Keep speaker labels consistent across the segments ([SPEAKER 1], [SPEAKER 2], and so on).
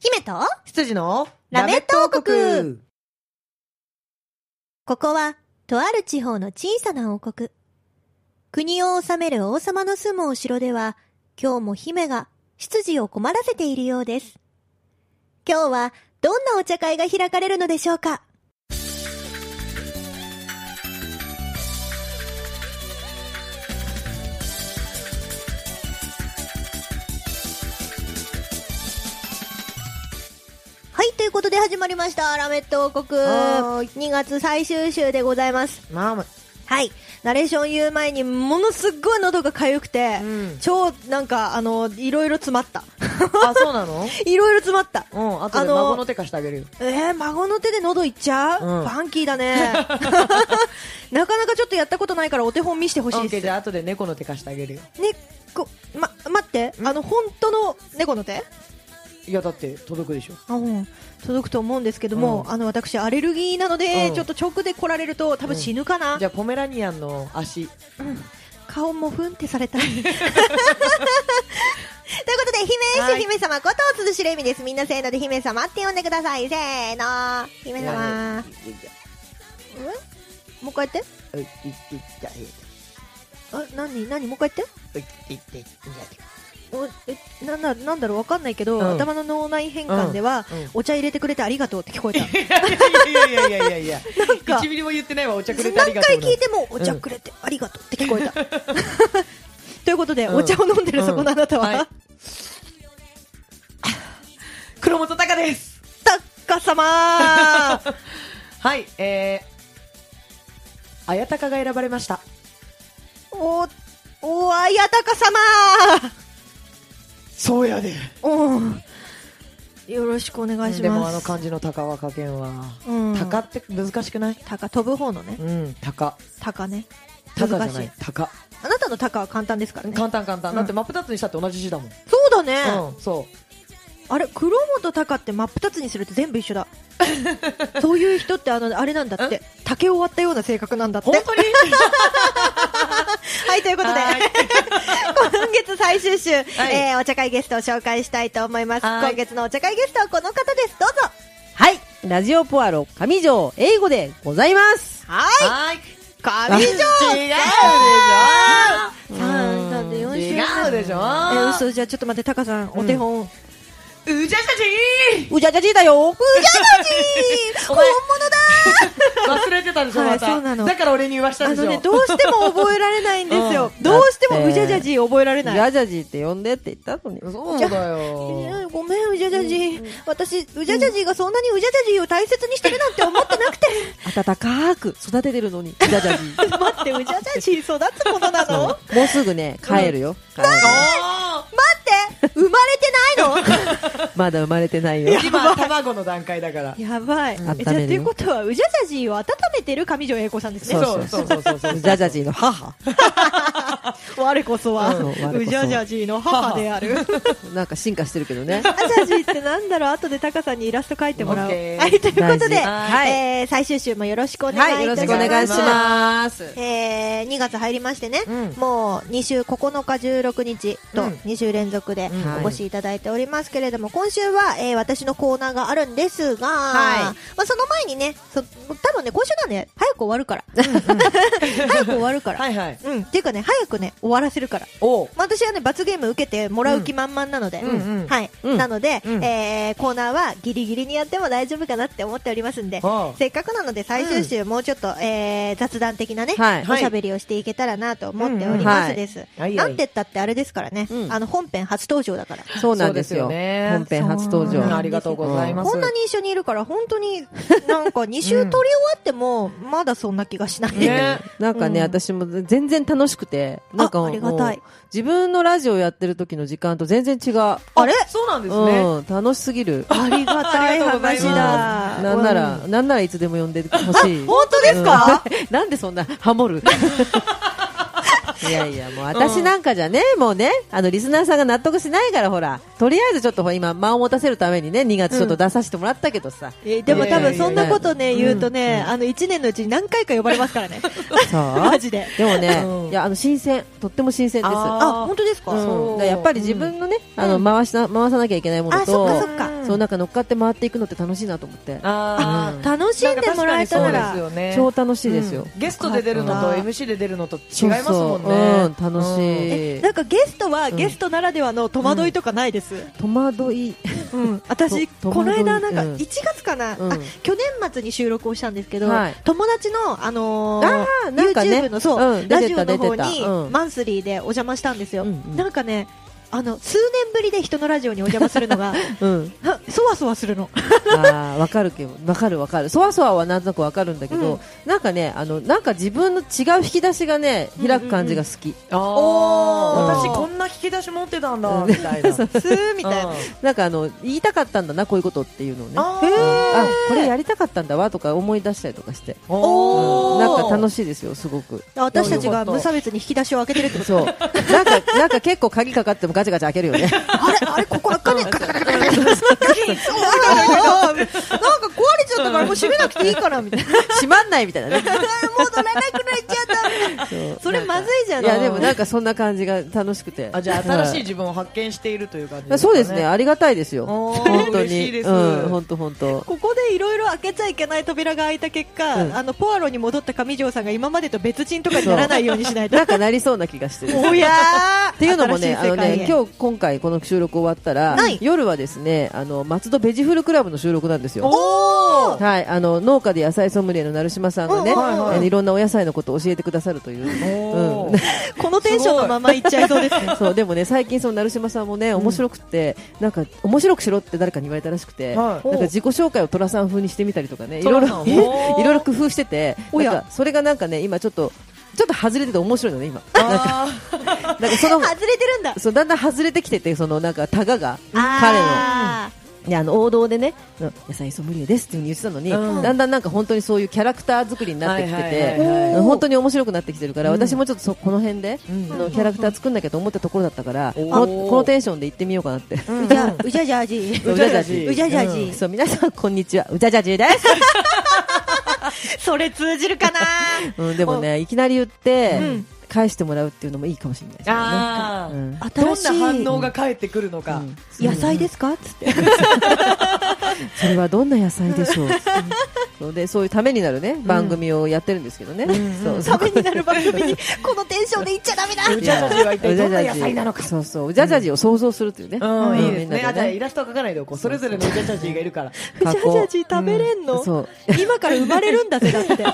[SPEAKER 1] 姫と
[SPEAKER 2] 羊の
[SPEAKER 1] ラメット王国ここは、とある地方の小さな王国。国を治める王様の住むお城では、今日も姫が執事を困らせているようです。今日は、どんなお茶会が開かれるのでしょうかはい、ということで始まりました。ラメット王国。
[SPEAKER 2] はーい
[SPEAKER 1] 2月最終週でございます。
[SPEAKER 2] まあま
[SPEAKER 1] はい。ナレーション言う前に、ものすっごい喉が痒くて、
[SPEAKER 2] うん
[SPEAKER 1] 超、なんか、あの、いろいろ詰まった。
[SPEAKER 2] あ、あ、そうなの
[SPEAKER 1] いろいろ詰まった。
[SPEAKER 2] うん、あ
[SPEAKER 1] あ
[SPEAKER 2] とで
[SPEAKER 1] の
[SPEAKER 2] 孫の手貸してあげるよ。
[SPEAKER 1] えー、孫の手で喉いっちゃう、
[SPEAKER 2] う
[SPEAKER 1] フ
[SPEAKER 2] ん
[SPEAKER 1] ァンキーだね。 なかなかちょっとやったことないからお手本見してほしい
[SPEAKER 2] オッケ
[SPEAKER 1] です。
[SPEAKER 2] ーじ
[SPEAKER 1] ね
[SPEAKER 2] ゃあ後で猫の手貸してあげるよ。
[SPEAKER 1] こ、ま、待って、あの、本当の猫の手あ、
[SPEAKER 2] いや、だって届くでしょ。
[SPEAKER 1] うん。届くと思うんですけども、
[SPEAKER 2] うん
[SPEAKER 1] あの、私、アレルギーなので、
[SPEAKER 2] うん
[SPEAKER 1] ちょっと直で来られると多分死ぬかな。
[SPEAKER 2] じゃあポメラニアンの足。
[SPEAKER 1] 顔もふんってさ れたい。ということで、姫
[SPEAKER 2] は
[SPEAKER 1] 主
[SPEAKER 2] い
[SPEAKER 1] 姫様こと鈴しれみです。みんなせーので姫様って呼んでください。せーの。姫
[SPEAKER 2] いや
[SPEAKER 1] 様。ん
[SPEAKER 2] いやいや
[SPEAKER 1] もう一回やって。
[SPEAKER 2] ういいいいやいや
[SPEAKER 1] あ、なになにもう一回やって。
[SPEAKER 2] ういいいいや
[SPEAKER 1] おえ、なんだ、なんだろうわかんないけど、
[SPEAKER 2] うん
[SPEAKER 1] 頭の脳内変換では、
[SPEAKER 2] うんうん
[SPEAKER 1] お茶入れてくれてありがとうって聞こ えた。
[SPEAKER 2] いやいやいやいやいやいや。
[SPEAKER 1] なんか
[SPEAKER 2] 1、ミリも言ってないわ、お茶くれてあ
[SPEAKER 1] 何
[SPEAKER 2] りがと
[SPEAKER 1] 回
[SPEAKER 2] うな。
[SPEAKER 1] 聞いても、お
[SPEAKER 2] ん
[SPEAKER 1] 茶くれてありがとうって聞こえた。 ということで、
[SPEAKER 2] うん
[SPEAKER 1] お茶を飲んでるそこのあなたは、
[SPEAKER 2] うんはい黒本隆です
[SPEAKER 1] たっかさまー
[SPEAKER 2] はい、えー、綾鷹が選ばれました。
[SPEAKER 1] お、お、あやたかさま
[SPEAKER 2] そうやで。
[SPEAKER 1] おんよろしくお願いします。
[SPEAKER 2] でもあの漢字の鷹は加減は。
[SPEAKER 1] うん、
[SPEAKER 2] 鷹って難しくない
[SPEAKER 1] 鷹飛ぶ方のね
[SPEAKER 2] う。ん、鷹。
[SPEAKER 1] 鷹ね。
[SPEAKER 2] 鷹じゃ
[SPEAKER 1] 難
[SPEAKER 2] な
[SPEAKER 1] しい
[SPEAKER 2] い、鷹。
[SPEAKER 1] あなたの鷹は簡単ですからね。
[SPEAKER 2] 簡単簡単。
[SPEAKER 1] うん
[SPEAKER 2] だって真っ二つにしたって同じ字だもん。
[SPEAKER 1] そうだね。
[SPEAKER 2] うん、そう。
[SPEAKER 1] あれ、黒本鷹って真っ二つにすると全部一緒 だ。そういう人ってあの、あれなんだって。竹を割ったような性格なんだって。
[SPEAKER 2] 本当に
[SPEAKER 1] はい、ということで、
[SPEAKER 2] はい
[SPEAKER 1] 今月最終週、
[SPEAKER 2] い
[SPEAKER 1] えーお茶会ゲストを紹介したいと思います。
[SPEAKER 2] は
[SPEAKER 1] 今
[SPEAKER 2] い
[SPEAKER 1] 月のお茶会ゲストはこの方です。 どうぞ。
[SPEAKER 3] はい。ラジオポアロ、上条、英語でございます。
[SPEAKER 1] はい。上条
[SPEAKER 2] はい。違うでしょ
[SPEAKER 1] さんなんで四週目
[SPEAKER 2] 違うでし
[SPEAKER 1] え
[SPEAKER 2] ょ
[SPEAKER 1] ー、嘘、じゃあちょっと待って、タカさん、お手本。う
[SPEAKER 2] うじゃじ
[SPEAKER 3] うじゃじゃじいだ よ。
[SPEAKER 1] じゃまじー
[SPEAKER 2] お
[SPEAKER 1] 本
[SPEAKER 2] 前
[SPEAKER 1] 物だ
[SPEAKER 2] ゃじ忘れてたでしょ、
[SPEAKER 1] はい
[SPEAKER 2] また。
[SPEAKER 1] そうなの
[SPEAKER 2] だから俺に言わした
[SPEAKER 1] あ
[SPEAKER 2] でしょ。
[SPEAKER 1] のね、どうしても覚えられないんですよ。
[SPEAKER 2] う
[SPEAKER 1] どうしても
[SPEAKER 3] だって
[SPEAKER 1] うじゃじゃじー覚えら
[SPEAKER 3] う
[SPEAKER 1] れ
[SPEAKER 3] じ
[SPEAKER 1] ない。
[SPEAKER 3] ゃじゃじいって呼んでって言ったのに。
[SPEAKER 2] そうだ
[SPEAKER 1] い
[SPEAKER 2] よ。
[SPEAKER 1] やごめん、うじゃじゃじー。私、うじゃじゃじーがそんなにうじゃじゃじーを大切にしてるなんて思ってなくて。
[SPEAKER 3] 暖かーく育ててるのに、うじゃじゃじい。
[SPEAKER 1] 待って、うじゃじゃじー育つものなの待
[SPEAKER 3] もうすぐね、帰るよ。帰る
[SPEAKER 2] お
[SPEAKER 1] って、生まれてないの
[SPEAKER 3] まだ生まれてないよ。
[SPEAKER 2] ー今、卵の段階だから。
[SPEAKER 1] やばい。
[SPEAKER 3] ん
[SPEAKER 1] えじゃあ、
[SPEAKER 3] 温
[SPEAKER 1] と
[SPEAKER 3] めるよ
[SPEAKER 1] いうことは、うじゃじゃじーを温めてる上条英子さんですね。
[SPEAKER 3] そう
[SPEAKER 2] そうそうそうそうそう。
[SPEAKER 3] うじゃじゃじいの 母。
[SPEAKER 1] 我こそは、
[SPEAKER 3] うん我こそは
[SPEAKER 1] うじゃじゃじーの母である。
[SPEAKER 3] なんか進化してるけどね。
[SPEAKER 1] アジャジーってなんだろう後でタカさんにイラスト描いてもらおう。
[SPEAKER 2] オッケー
[SPEAKER 1] はい、ということで、
[SPEAKER 3] 大事はい
[SPEAKER 1] えー最終週もよろしくお願
[SPEAKER 3] はいい、
[SPEAKER 1] い
[SPEAKER 3] よ
[SPEAKER 1] た
[SPEAKER 3] ろ
[SPEAKER 1] し
[SPEAKER 3] し
[SPEAKER 1] ま
[SPEAKER 3] く
[SPEAKER 1] す。
[SPEAKER 3] お願いします。
[SPEAKER 1] えー、2月入りましてね、
[SPEAKER 2] うん
[SPEAKER 1] もう2週9日、16日と
[SPEAKER 2] うん
[SPEAKER 1] 2週連続で
[SPEAKER 2] うん
[SPEAKER 3] はい
[SPEAKER 1] お越しいただいておりますけれども、今週は、えー私のコーナーがあるんですが、
[SPEAKER 3] は
[SPEAKER 1] まあ、その前にね、そ多分ね、今週なんで早く終わるから。 早く終わるから。
[SPEAKER 2] はいはい。
[SPEAKER 1] うん、っていうかね、早くね、終わらせるから。
[SPEAKER 2] おう
[SPEAKER 1] まあ私はね、罰ゲーム受けてもらう気満々なので、
[SPEAKER 2] うんうんうん
[SPEAKER 1] はい、
[SPEAKER 3] うん
[SPEAKER 1] なので、
[SPEAKER 2] うん
[SPEAKER 1] えー、コーナーはギリギリにやっても大丈夫かなって思っておりますんで、
[SPEAKER 2] はあ
[SPEAKER 1] せっかくなので最終週もうちょっと、えー、雑談的なね、
[SPEAKER 3] はい
[SPEAKER 1] おしゃべりをしていけたらなと思っておりますです。
[SPEAKER 2] うんはい
[SPEAKER 1] なんて言ったってあれですからね、
[SPEAKER 3] うん
[SPEAKER 1] あの本編初登場だから。
[SPEAKER 3] そうなんですよ。
[SPEAKER 2] そうですよね
[SPEAKER 3] 本編初登
[SPEAKER 1] そ
[SPEAKER 2] うん
[SPEAKER 3] 場。
[SPEAKER 2] ありがとうございます。
[SPEAKER 1] こんなに一緒にいるから本当になんか2週取り終わってもまだそんな気がしない。
[SPEAKER 2] ね。
[SPEAKER 3] なんかね、
[SPEAKER 1] うん
[SPEAKER 3] 私も全然楽しくて、なんか
[SPEAKER 1] あありがたい
[SPEAKER 3] もう自分のラジオやってる時の時間と全然違う。
[SPEAKER 1] あれ
[SPEAKER 2] そうなんですね。
[SPEAKER 3] うん、楽しすぎる。
[SPEAKER 1] ありがたい
[SPEAKER 2] あり
[SPEAKER 1] 話
[SPEAKER 2] がとう
[SPEAKER 3] なん
[SPEAKER 1] だ。
[SPEAKER 2] ご
[SPEAKER 3] なら、
[SPEAKER 1] うん
[SPEAKER 3] なんならいつでも呼んでほしい。
[SPEAKER 1] 本当ですか、
[SPEAKER 3] うんなんでそんなハモる いやいや、もう私なんかじゃね、もうね、あの、リスナーさんが納得しないから、ほら、とりあえずちょっとほら今、間を持たせるためにね、2月ちょっと出させてもらったけどさ。
[SPEAKER 2] えー
[SPEAKER 1] でも多分そんなこ
[SPEAKER 2] い
[SPEAKER 1] とね、言うとね、あの1年のうちに何回か呼ばれますからね。
[SPEAKER 3] そう
[SPEAKER 1] マジで。
[SPEAKER 3] でもね、
[SPEAKER 2] うん
[SPEAKER 3] いや、あの、新鮮、とっても新鮮です。
[SPEAKER 2] あー
[SPEAKER 1] あ、本当ですか
[SPEAKER 3] うんだからやっぱり自分のね、あの、回しな、回さなきゃいけないもの
[SPEAKER 1] あ、そっか
[SPEAKER 3] と、
[SPEAKER 1] そっか。
[SPEAKER 2] うん
[SPEAKER 3] そうなんか乗っかって回っていくのって楽しいなと思って。
[SPEAKER 2] あ
[SPEAKER 3] うん
[SPEAKER 2] ー
[SPEAKER 1] 楽しんでもらえたな
[SPEAKER 2] なんか確かに
[SPEAKER 1] ら。
[SPEAKER 2] そうですよ
[SPEAKER 3] 超
[SPEAKER 2] ね
[SPEAKER 3] 楽しいですよ。
[SPEAKER 2] ゲストで出るのと
[SPEAKER 1] うん
[SPEAKER 2] MC で出るのと違い
[SPEAKER 3] そう
[SPEAKER 2] ますもんね
[SPEAKER 3] そううん、楽し
[SPEAKER 2] う
[SPEAKER 3] い
[SPEAKER 2] ん
[SPEAKER 1] え、。なんかゲストは
[SPEAKER 3] うん
[SPEAKER 1] ゲストならではの戸惑いとかないです。
[SPEAKER 3] 戸惑い。
[SPEAKER 1] うん私、
[SPEAKER 3] と
[SPEAKER 1] この間なんか
[SPEAKER 3] うん
[SPEAKER 1] 1月かな、
[SPEAKER 3] うん
[SPEAKER 1] あ去年末に収録をしたんですけど、
[SPEAKER 3] はい
[SPEAKER 1] 友達の、あのー
[SPEAKER 3] あーなんかね
[SPEAKER 1] YouTube のそう、
[SPEAKER 3] うん出
[SPEAKER 1] ラ
[SPEAKER 3] て
[SPEAKER 1] ジ
[SPEAKER 3] た
[SPEAKER 1] オの方
[SPEAKER 3] 出て
[SPEAKER 1] に
[SPEAKER 3] たうん
[SPEAKER 1] マンスリーでお邪魔したんですよ、
[SPEAKER 3] うんうん
[SPEAKER 1] なんかねあの数年ぶりで人のラジオにお邪魔する のが
[SPEAKER 3] うん。
[SPEAKER 1] あそわそわ するの
[SPEAKER 3] あーわかるけど、わかるわかる。そわそわはなんとなくわかるんだけど、
[SPEAKER 1] うん
[SPEAKER 3] なんかね、あの、なんか自分の違う引き出しがね、開く感じが好き。
[SPEAKER 2] あー
[SPEAKER 1] お
[SPEAKER 3] ー
[SPEAKER 2] 私こんな引き出し持ってたん
[SPEAKER 3] う
[SPEAKER 2] だ
[SPEAKER 3] ん
[SPEAKER 2] みたいな
[SPEAKER 3] そう
[SPEAKER 1] スーみたいな、
[SPEAKER 3] なんかあの、言いたかったんだな、こういうことっていうのをね。
[SPEAKER 2] あ
[SPEAKER 3] うん
[SPEAKER 2] ー
[SPEAKER 3] あこれやりたかったんだわとか思い出したりとかして、
[SPEAKER 1] おー
[SPEAKER 3] なんか楽しいですよ、すごく。
[SPEAKER 1] 私たちが無差別に引き出しを開けてるってこ
[SPEAKER 3] そ
[SPEAKER 1] と
[SPEAKER 3] う。なんか、なんか結構鍵かかってもガチャガチャ開けるよね。
[SPEAKER 1] あれあれここ開かねえカタカタカタ カタそうあーなんか壊れちゃったからもう閉めなくていいからみたいな
[SPEAKER 3] 閉まんないみたいなね。
[SPEAKER 1] もう乗らなくなっちゃった
[SPEAKER 3] そう
[SPEAKER 1] それまずいじゃ
[SPEAKER 3] い
[SPEAKER 1] ない
[SPEAKER 3] や、でもなんかそんな感じが楽しくて。
[SPEAKER 2] あじゃあ新しい自分を発見しているという感じ
[SPEAKER 3] はいそうですね、ありがたいですよ。
[SPEAKER 2] おー
[SPEAKER 3] 本当
[SPEAKER 2] 嬉し
[SPEAKER 3] に。
[SPEAKER 2] いです
[SPEAKER 3] うん、本当本当。
[SPEAKER 1] ここでいろいろ開けちゃいけない扉が開いた結果、
[SPEAKER 3] うん
[SPEAKER 1] あのポアロに戻った上条さんが今までと別人とかにならないようにしな いと
[SPEAKER 3] なんかなりそうな気がして る。
[SPEAKER 1] おやーっ
[SPEAKER 3] っていうのもね、あのね、
[SPEAKER 1] 日
[SPEAKER 3] 今日今回この収録終わったら
[SPEAKER 1] はい、
[SPEAKER 3] 夜はですね、あの松戸ベジフルクラブの収録なんですよ。
[SPEAKER 1] おー
[SPEAKER 3] はい、あの農家で野菜ソムリエの成島さんがね、
[SPEAKER 1] おー
[SPEAKER 2] はい
[SPEAKER 3] あ
[SPEAKER 2] はい
[SPEAKER 3] のいろんなお野菜のことを教えてくださるという。
[SPEAKER 2] おー
[SPEAKER 1] このテンションのままいっちゃいそうですね
[SPEAKER 3] そうでもね最近その成島さんもね面白くって、なんか面白くしろって誰かに言われたらしくて、
[SPEAKER 2] はい
[SPEAKER 3] なんか自己紹介を寅さん風にしてみたりとかねいろい
[SPEAKER 2] 寅
[SPEAKER 3] ろ
[SPEAKER 2] さん
[SPEAKER 3] い
[SPEAKER 2] お ー
[SPEAKER 3] ろいろ工夫してて
[SPEAKER 1] おや
[SPEAKER 3] なんかそれがなんかね今ちょっとちょっと外れてて面白いのね今 なんか
[SPEAKER 2] あ
[SPEAKER 3] なんかその
[SPEAKER 1] 外れてるんだ
[SPEAKER 3] そうだんだん外れてきててそのなんかタガが彼の。
[SPEAKER 1] あ
[SPEAKER 3] であの王道でね、うん野菜ソムリエですっていうふうに言ってたのに、
[SPEAKER 2] うん
[SPEAKER 3] だんだんなんか本当にそういうキャラクター作りになってきて
[SPEAKER 2] はいはい
[SPEAKER 3] て
[SPEAKER 2] はいはい
[SPEAKER 3] うん本当に面白くなってきてるから、
[SPEAKER 2] うん
[SPEAKER 3] 私もちょっとそこの辺で、
[SPEAKER 2] うん
[SPEAKER 3] あのキャラクター作んなきゃと思ったところだったから、
[SPEAKER 2] おー
[SPEAKER 3] このこのテンションで行ってみようかなって。
[SPEAKER 1] ーうじゃうじゃじゃじ
[SPEAKER 3] うじ
[SPEAKER 2] うじ
[SPEAKER 3] ゃじ
[SPEAKER 2] ゃじ
[SPEAKER 3] ゃ
[SPEAKER 2] ゃ
[SPEAKER 3] じ
[SPEAKER 2] じ
[SPEAKER 1] うじゃじゃじ
[SPEAKER 3] そう皆さんこんにちはうじゃじゃじです、
[SPEAKER 1] それ通じるかな
[SPEAKER 3] うん、でもねいきなり言って、
[SPEAKER 1] うん
[SPEAKER 3] 返してもらうっていうのもいいかもしれないですよね
[SPEAKER 2] あー
[SPEAKER 3] うん
[SPEAKER 2] ど
[SPEAKER 1] 新
[SPEAKER 2] ん
[SPEAKER 1] し
[SPEAKER 2] ない反応が返ってくるのか、
[SPEAKER 3] うん
[SPEAKER 1] 野菜ですかつ って
[SPEAKER 3] それはどんな野菜でしょうそうでそういうためになるね番組をやってるんですけどね、そう
[SPEAKER 1] サメになる番組にこのテンションでいっちゃダメだ
[SPEAKER 2] うじゃじゃじは一体どんな野菜なのか。
[SPEAKER 3] そうそううじゃじゃじを想像するというね、
[SPEAKER 2] うん、いいです
[SPEAKER 3] みん
[SPEAKER 2] ね。
[SPEAKER 3] な
[SPEAKER 2] あ、じゃあ
[SPEAKER 3] で
[SPEAKER 2] イラストは描かないでおこう。それぞれのうじゃじゃじがい るから。
[SPEAKER 1] うじゃじゃじ食べれんの、
[SPEAKER 3] そう
[SPEAKER 1] 今から生まれるんだぜだって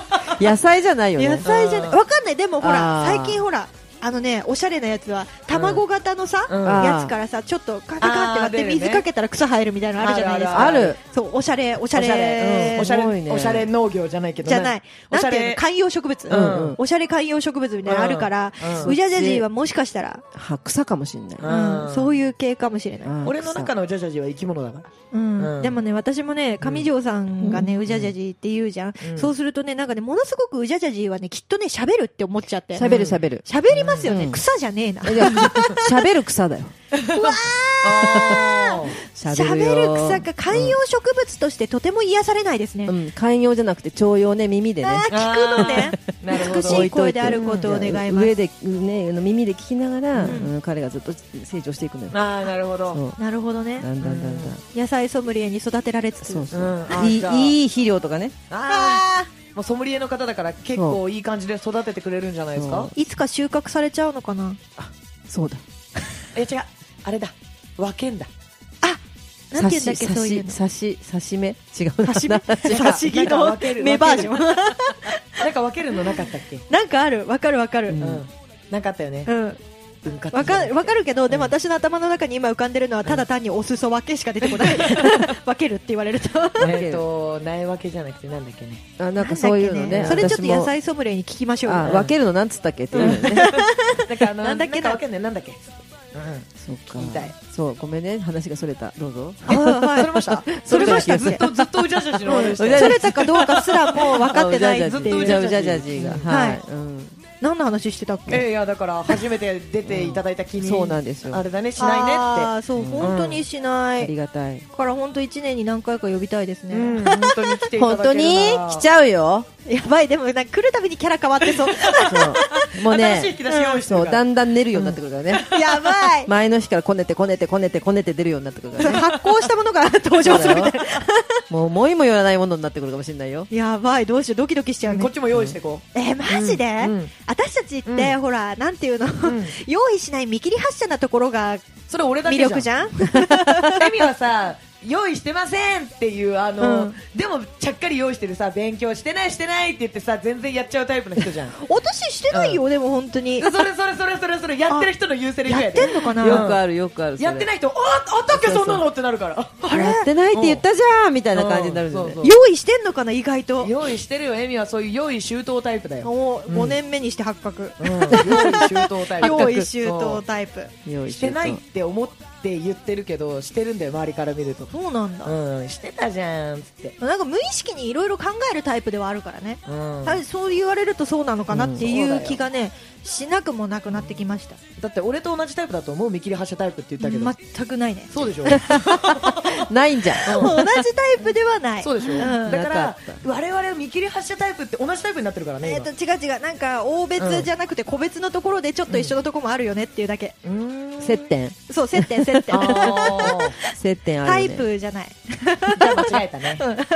[SPEAKER 3] 野菜じゃないよ
[SPEAKER 1] 野
[SPEAKER 3] ね
[SPEAKER 1] 菜じゃない、
[SPEAKER 2] うん
[SPEAKER 1] わかんない、でもほ
[SPEAKER 3] あ
[SPEAKER 1] ら、
[SPEAKER 3] ー
[SPEAKER 1] 最近ほら、あのね、おしゃれなやつは、卵型のさ、
[SPEAKER 2] うん
[SPEAKER 1] やつからさ、ちょっとカタカって割っ
[SPEAKER 2] あー出る
[SPEAKER 1] て
[SPEAKER 2] ね
[SPEAKER 1] 水かけたら草生えるみたいなのあるじゃないですか。
[SPEAKER 3] ある
[SPEAKER 1] そう、おしゃれ、おしゃ
[SPEAKER 2] おしゃれ、
[SPEAKER 1] れ
[SPEAKER 2] おしゃ
[SPEAKER 3] すごい
[SPEAKER 2] れ、
[SPEAKER 3] ね
[SPEAKER 2] おしゃれ農業じゃないけど
[SPEAKER 1] じ
[SPEAKER 2] ね。
[SPEAKER 1] ゃない。
[SPEAKER 2] おし
[SPEAKER 1] なん
[SPEAKER 2] ゃ
[SPEAKER 1] ていう
[SPEAKER 2] れ
[SPEAKER 1] の、観葉植物
[SPEAKER 3] うんうん。
[SPEAKER 1] おしゃれ観葉植物みたいなのあるから
[SPEAKER 2] うんう、ん
[SPEAKER 1] うじゃじゃじはもしかしたら、
[SPEAKER 3] は草かもしれない、
[SPEAKER 2] う
[SPEAKER 1] うん
[SPEAKER 2] ん
[SPEAKER 1] そういう系かもしれない。
[SPEAKER 3] うん
[SPEAKER 2] 俺の中のうじゃじゃじは生き物だから。
[SPEAKER 1] うん
[SPEAKER 2] うん
[SPEAKER 1] でもね、私もね、上条さんがね、うじゃじゃじって言うじゃん。
[SPEAKER 2] うん
[SPEAKER 1] そうするとね、なんかね、ものすごくうじゃじゃじはね、きっとね、喋るって思っちゃって。
[SPEAKER 3] 喋る喋る
[SPEAKER 1] 喋りますよね、
[SPEAKER 3] うん
[SPEAKER 1] 草じゃねえな。
[SPEAKER 3] えでも喋る草だよ
[SPEAKER 2] あ
[SPEAKER 1] 喋る草か観葉植物としてとても癒されないですね。
[SPEAKER 3] うん、観葉じゃなくて徴用ね耳でね
[SPEAKER 1] あー聞くのね。
[SPEAKER 2] ー なるほ
[SPEAKER 1] 美し
[SPEAKER 2] ど。
[SPEAKER 1] い声であることを願います
[SPEAKER 3] 上で、ね、耳で聞きながら、
[SPEAKER 1] うん
[SPEAKER 3] うん彼がずっと成長していくのよ
[SPEAKER 2] ああ、なるほど。
[SPEAKER 3] そう
[SPEAKER 1] なるほどね。
[SPEAKER 3] だんだんだんだん
[SPEAKER 1] 野菜ソムリエに育てられつつ。
[SPEAKER 3] そうそう
[SPEAKER 2] うんあー
[SPEAKER 3] いい
[SPEAKER 2] じゃあ
[SPEAKER 3] いい肥料とかね
[SPEAKER 2] あ
[SPEAKER 1] あ
[SPEAKER 2] あ、もうソムリエの方だから結構いい感じで育ててくれるんじゃないですか
[SPEAKER 1] ーいつか収穫されちゃうのかな。
[SPEAKER 3] そうだ
[SPEAKER 2] え、違う。あれだ。分け んだ。
[SPEAKER 1] なんて言うんだっけ、そういう
[SPEAKER 3] 刺
[SPEAKER 1] の。
[SPEAKER 3] し刺し目違うな
[SPEAKER 1] 刺身
[SPEAKER 2] なんか
[SPEAKER 1] 刺身の目バージョン。
[SPEAKER 2] なんか分けるのなかったっけ
[SPEAKER 1] なんかある、わかるわかる。う。
[SPEAKER 2] うんん。なかったよね。分割
[SPEAKER 1] わかわかるけど、でも
[SPEAKER 2] うん
[SPEAKER 1] 私の頭の中に今浮かんでるのは、ただ単にお裾分けしか出てこない。分けるって言われると。
[SPEAKER 2] えっと、苗分けじゃなくてなんだっけね。
[SPEAKER 3] あなんかそういうのね
[SPEAKER 1] それちょっと
[SPEAKER 3] 私も
[SPEAKER 1] 野菜ソムリエに聞きましょうよ。
[SPEAKER 3] あ分けるのなんつったっけって言うよね
[SPEAKER 2] なんかあ
[SPEAKER 1] な
[SPEAKER 2] の、なんん
[SPEAKER 1] だ
[SPEAKER 2] だ
[SPEAKER 1] っ
[SPEAKER 2] っ
[SPEAKER 1] け
[SPEAKER 2] け
[SPEAKER 1] な
[SPEAKER 2] な。分けんない、なんだっけ。うん。
[SPEAKER 3] そうか
[SPEAKER 2] 聞きたい
[SPEAKER 3] そうごめんね話がそれたどうぞ
[SPEAKER 1] あーはい
[SPEAKER 2] それました
[SPEAKER 1] それましたっけ
[SPEAKER 2] ずっとずっとうじゃじゃじの話で
[SPEAKER 3] う
[SPEAKER 2] し
[SPEAKER 3] じゃ
[SPEAKER 2] た
[SPEAKER 1] それたかどうかすらもう分かってない
[SPEAKER 3] あ
[SPEAKER 1] って
[SPEAKER 3] う
[SPEAKER 1] い
[SPEAKER 3] じゃ
[SPEAKER 1] う。
[SPEAKER 3] じゃじゃじが
[SPEAKER 1] はい
[SPEAKER 3] はいうん
[SPEAKER 1] 何の話してたっけ、
[SPEAKER 2] えいやだから初めて出ていただいた君、
[SPEAKER 3] そうなんですよ
[SPEAKER 2] あれだねしないね
[SPEAKER 1] あ
[SPEAKER 2] っ
[SPEAKER 1] ーそう、
[SPEAKER 3] うん
[SPEAKER 1] 本当にしな
[SPEAKER 3] あ
[SPEAKER 1] い
[SPEAKER 3] りがたい。
[SPEAKER 1] から本当1年に何回か呼びたいです
[SPEAKER 2] て、
[SPEAKER 1] ね、
[SPEAKER 2] うん、本当に来ていただけるな
[SPEAKER 3] 本当に来ちゃうよ。
[SPEAKER 1] やばいでもなんか来るたびにキャラ変わってそう
[SPEAKER 3] そうもう
[SPEAKER 2] 新しい
[SPEAKER 3] ね
[SPEAKER 2] 引き出し用意、して
[SPEAKER 3] そ
[SPEAKER 2] る
[SPEAKER 3] う、
[SPEAKER 2] から、
[SPEAKER 3] だんだん寝るようになってくるからね。
[SPEAKER 1] やばい
[SPEAKER 3] 前の日からこねてこねてこねてこねて出るようになってくるか らね。
[SPEAKER 1] 発行したものが登場するみたいな
[SPEAKER 3] もう思いもよらないものになってくるかもしれないよ。
[SPEAKER 1] やばいどうしようドキドキしちゃうね
[SPEAKER 2] こっちも用意してこ
[SPEAKER 1] えーマジで、
[SPEAKER 3] うん
[SPEAKER 1] 私たちって、ほらなんていうの、 用意しない見切り発車なところが
[SPEAKER 2] う、それ俺だけ
[SPEAKER 1] 魅
[SPEAKER 2] じゃん
[SPEAKER 1] 力じゃん
[SPEAKER 2] エミはさ用意してませんっていうあの、
[SPEAKER 1] うん
[SPEAKER 2] でもちゃっかり用意してるさ勉強してないしてないって言ってさ全然やっちゃうタイプの人じゃん
[SPEAKER 1] 私してないよ、でも本当に
[SPEAKER 2] それそれそれそれそれやってる人の優勢で
[SPEAKER 1] やってんのかな、
[SPEAKER 2] うん
[SPEAKER 3] よくあるよくある。それ
[SPEAKER 2] やってない人おあったっけ
[SPEAKER 3] そうそ
[SPEAKER 2] そ
[SPEAKER 3] うん
[SPEAKER 2] なのってなるから
[SPEAKER 3] やってないって言ったじゃんみたいな感じになるんで
[SPEAKER 2] うんそうそう
[SPEAKER 1] 用意してんのかな意外と
[SPEAKER 2] 用意してるよエミはそういう用意周到タイプだよ、
[SPEAKER 1] もう5年目にして発覚、
[SPEAKER 2] うん、用意周到タイ プ
[SPEAKER 1] 用意周
[SPEAKER 2] そ
[SPEAKER 1] 到
[SPEAKER 2] う
[SPEAKER 1] タイプ
[SPEAKER 3] 用意
[SPEAKER 2] してないっ
[SPEAKER 3] と
[SPEAKER 2] て思って言ってるけどしてるんだよ周りから見ると
[SPEAKER 1] そうなんだ、
[SPEAKER 2] うんしてたじゃんっつって、
[SPEAKER 1] なんか無意識にいろいろ考えるタイプではあるからね、
[SPEAKER 2] うん、
[SPEAKER 1] はいそう言われるとそうなのかなってい
[SPEAKER 2] うんそう
[SPEAKER 1] う
[SPEAKER 2] だよ
[SPEAKER 1] 気がね、しなくもなくなってきました
[SPEAKER 2] だって俺と同じタイプだと思う見切り発車タイプって言ったけど、
[SPEAKER 1] 全くないね
[SPEAKER 2] そうでしょ
[SPEAKER 3] ないんじゃん。
[SPEAKER 1] 同じタイプではない
[SPEAKER 2] そうでしょ、
[SPEAKER 1] ん
[SPEAKER 2] だ
[SPEAKER 3] なか
[SPEAKER 2] か
[SPEAKER 3] っ
[SPEAKER 2] ら我々は見切り発車タイプって同じタイプになってるからね
[SPEAKER 1] え
[SPEAKER 2] 今
[SPEAKER 1] ー、と違う違う、なんか大別じゃなくて個別のところでちょっと一緒のところもあるよねっていうだけ、
[SPEAKER 2] うーん
[SPEAKER 3] 接点
[SPEAKER 1] そう、接点、接点、
[SPEAKER 2] あ
[SPEAKER 3] 接点あ
[SPEAKER 1] タ
[SPEAKER 3] る
[SPEAKER 1] イ
[SPEAKER 3] よね。
[SPEAKER 1] プじゃない、
[SPEAKER 2] ーじゃあ間違えたね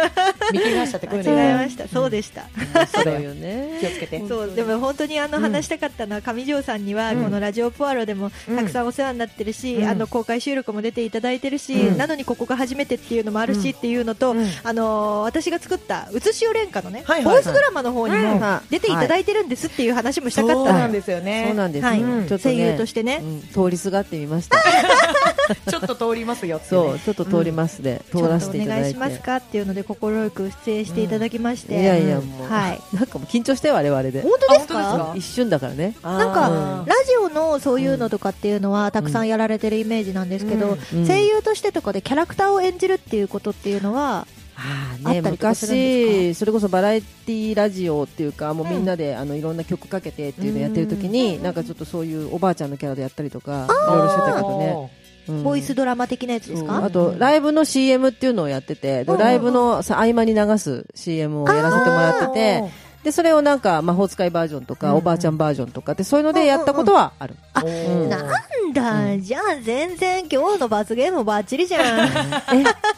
[SPEAKER 2] 見切り発車ってこういうの
[SPEAKER 1] 間違えま
[SPEAKER 2] ね
[SPEAKER 1] した、そうでした、
[SPEAKER 3] そうよね。
[SPEAKER 2] 気をつけて
[SPEAKER 1] そうでも本当にあの話したかったのは、上条さんには、このラジオポアロでもたくさんお世話になってるし、
[SPEAKER 2] うん
[SPEAKER 1] あの公開収録も出ていただいてるし、
[SPEAKER 2] うん
[SPEAKER 1] なのにここが初めてっていうのもあるしっていうのと、
[SPEAKER 2] うん
[SPEAKER 1] あのー私が作った「うつしお連歌」のね、
[SPEAKER 2] はいはいはい
[SPEAKER 1] ボイスドラマの方に
[SPEAKER 3] う
[SPEAKER 1] も
[SPEAKER 3] んはい
[SPEAKER 1] 出ていただいてるんですっていう話もした
[SPEAKER 2] そ
[SPEAKER 1] かったの
[SPEAKER 2] うなんですよね
[SPEAKER 3] そうなんです
[SPEAKER 1] はい
[SPEAKER 3] よ。ちょっとね
[SPEAKER 1] 声優としてね
[SPEAKER 3] うん通りすがってみました。
[SPEAKER 2] ちょっと通りますよってい
[SPEAKER 3] そうう、
[SPEAKER 2] ね
[SPEAKER 3] ちょっと通りますで、
[SPEAKER 1] ち
[SPEAKER 3] 通
[SPEAKER 1] ょ
[SPEAKER 3] ら
[SPEAKER 1] っと
[SPEAKER 3] せ
[SPEAKER 1] お
[SPEAKER 3] ていた
[SPEAKER 1] 願
[SPEAKER 3] だ
[SPEAKER 1] い
[SPEAKER 3] い
[SPEAKER 1] します
[SPEAKER 3] て。
[SPEAKER 1] かっていうので快く出演していただきまし
[SPEAKER 3] い
[SPEAKER 1] て、
[SPEAKER 3] やいや、もう、
[SPEAKER 1] はい
[SPEAKER 3] なんかもう緊張して我々で。
[SPEAKER 1] 本当です
[SPEAKER 2] あ本当です
[SPEAKER 1] か
[SPEAKER 2] か
[SPEAKER 3] 一瞬だからね。
[SPEAKER 2] あー
[SPEAKER 1] なんか、
[SPEAKER 2] うん
[SPEAKER 1] ラジオのそういうのとかっていうのはたくさんやられてるイメージなんですけど、
[SPEAKER 3] うんうん
[SPEAKER 1] 声優としてとかでキャラクターを演じるっていうことっていうのは、
[SPEAKER 3] あ
[SPEAKER 1] あ
[SPEAKER 3] ね、
[SPEAKER 1] ったりとかするんですか
[SPEAKER 3] 昔それこそバラエティラジオっていうかもう
[SPEAKER 1] うん
[SPEAKER 3] みんなで、あのいろんな曲かけてっていうのやってる時に、なんかちょっとそういうおばあちゃんのキャラでやったりとかいろいろしてたけどね、うん
[SPEAKER 1] ボイスドラマ的なやつです
[SPEAKER 3] そう
[SPEAKER 1] か
[SPEAKER 3] あとライブの CM っていうのをやってて
[SPEAKER 1] う
[SPEAKER 3] で
[SPEAKER 1] ん
[SPEAKER 3] ライブのさ合間に流す CM をやらせてもらっててでそれをなんか魔法使いバージョンとか、
[SPEAKER 2] うん
[SPEAKER 3] おばあちゃんバージョンとかでそういうのでやったことはある、
[SPEAKER 2] あ
[SPEAKER 3] うん
[SPEAKER 1] なんだ、じゃあ全然今日の罰ゲームバッチリじゃん
[SPEAKER 3] え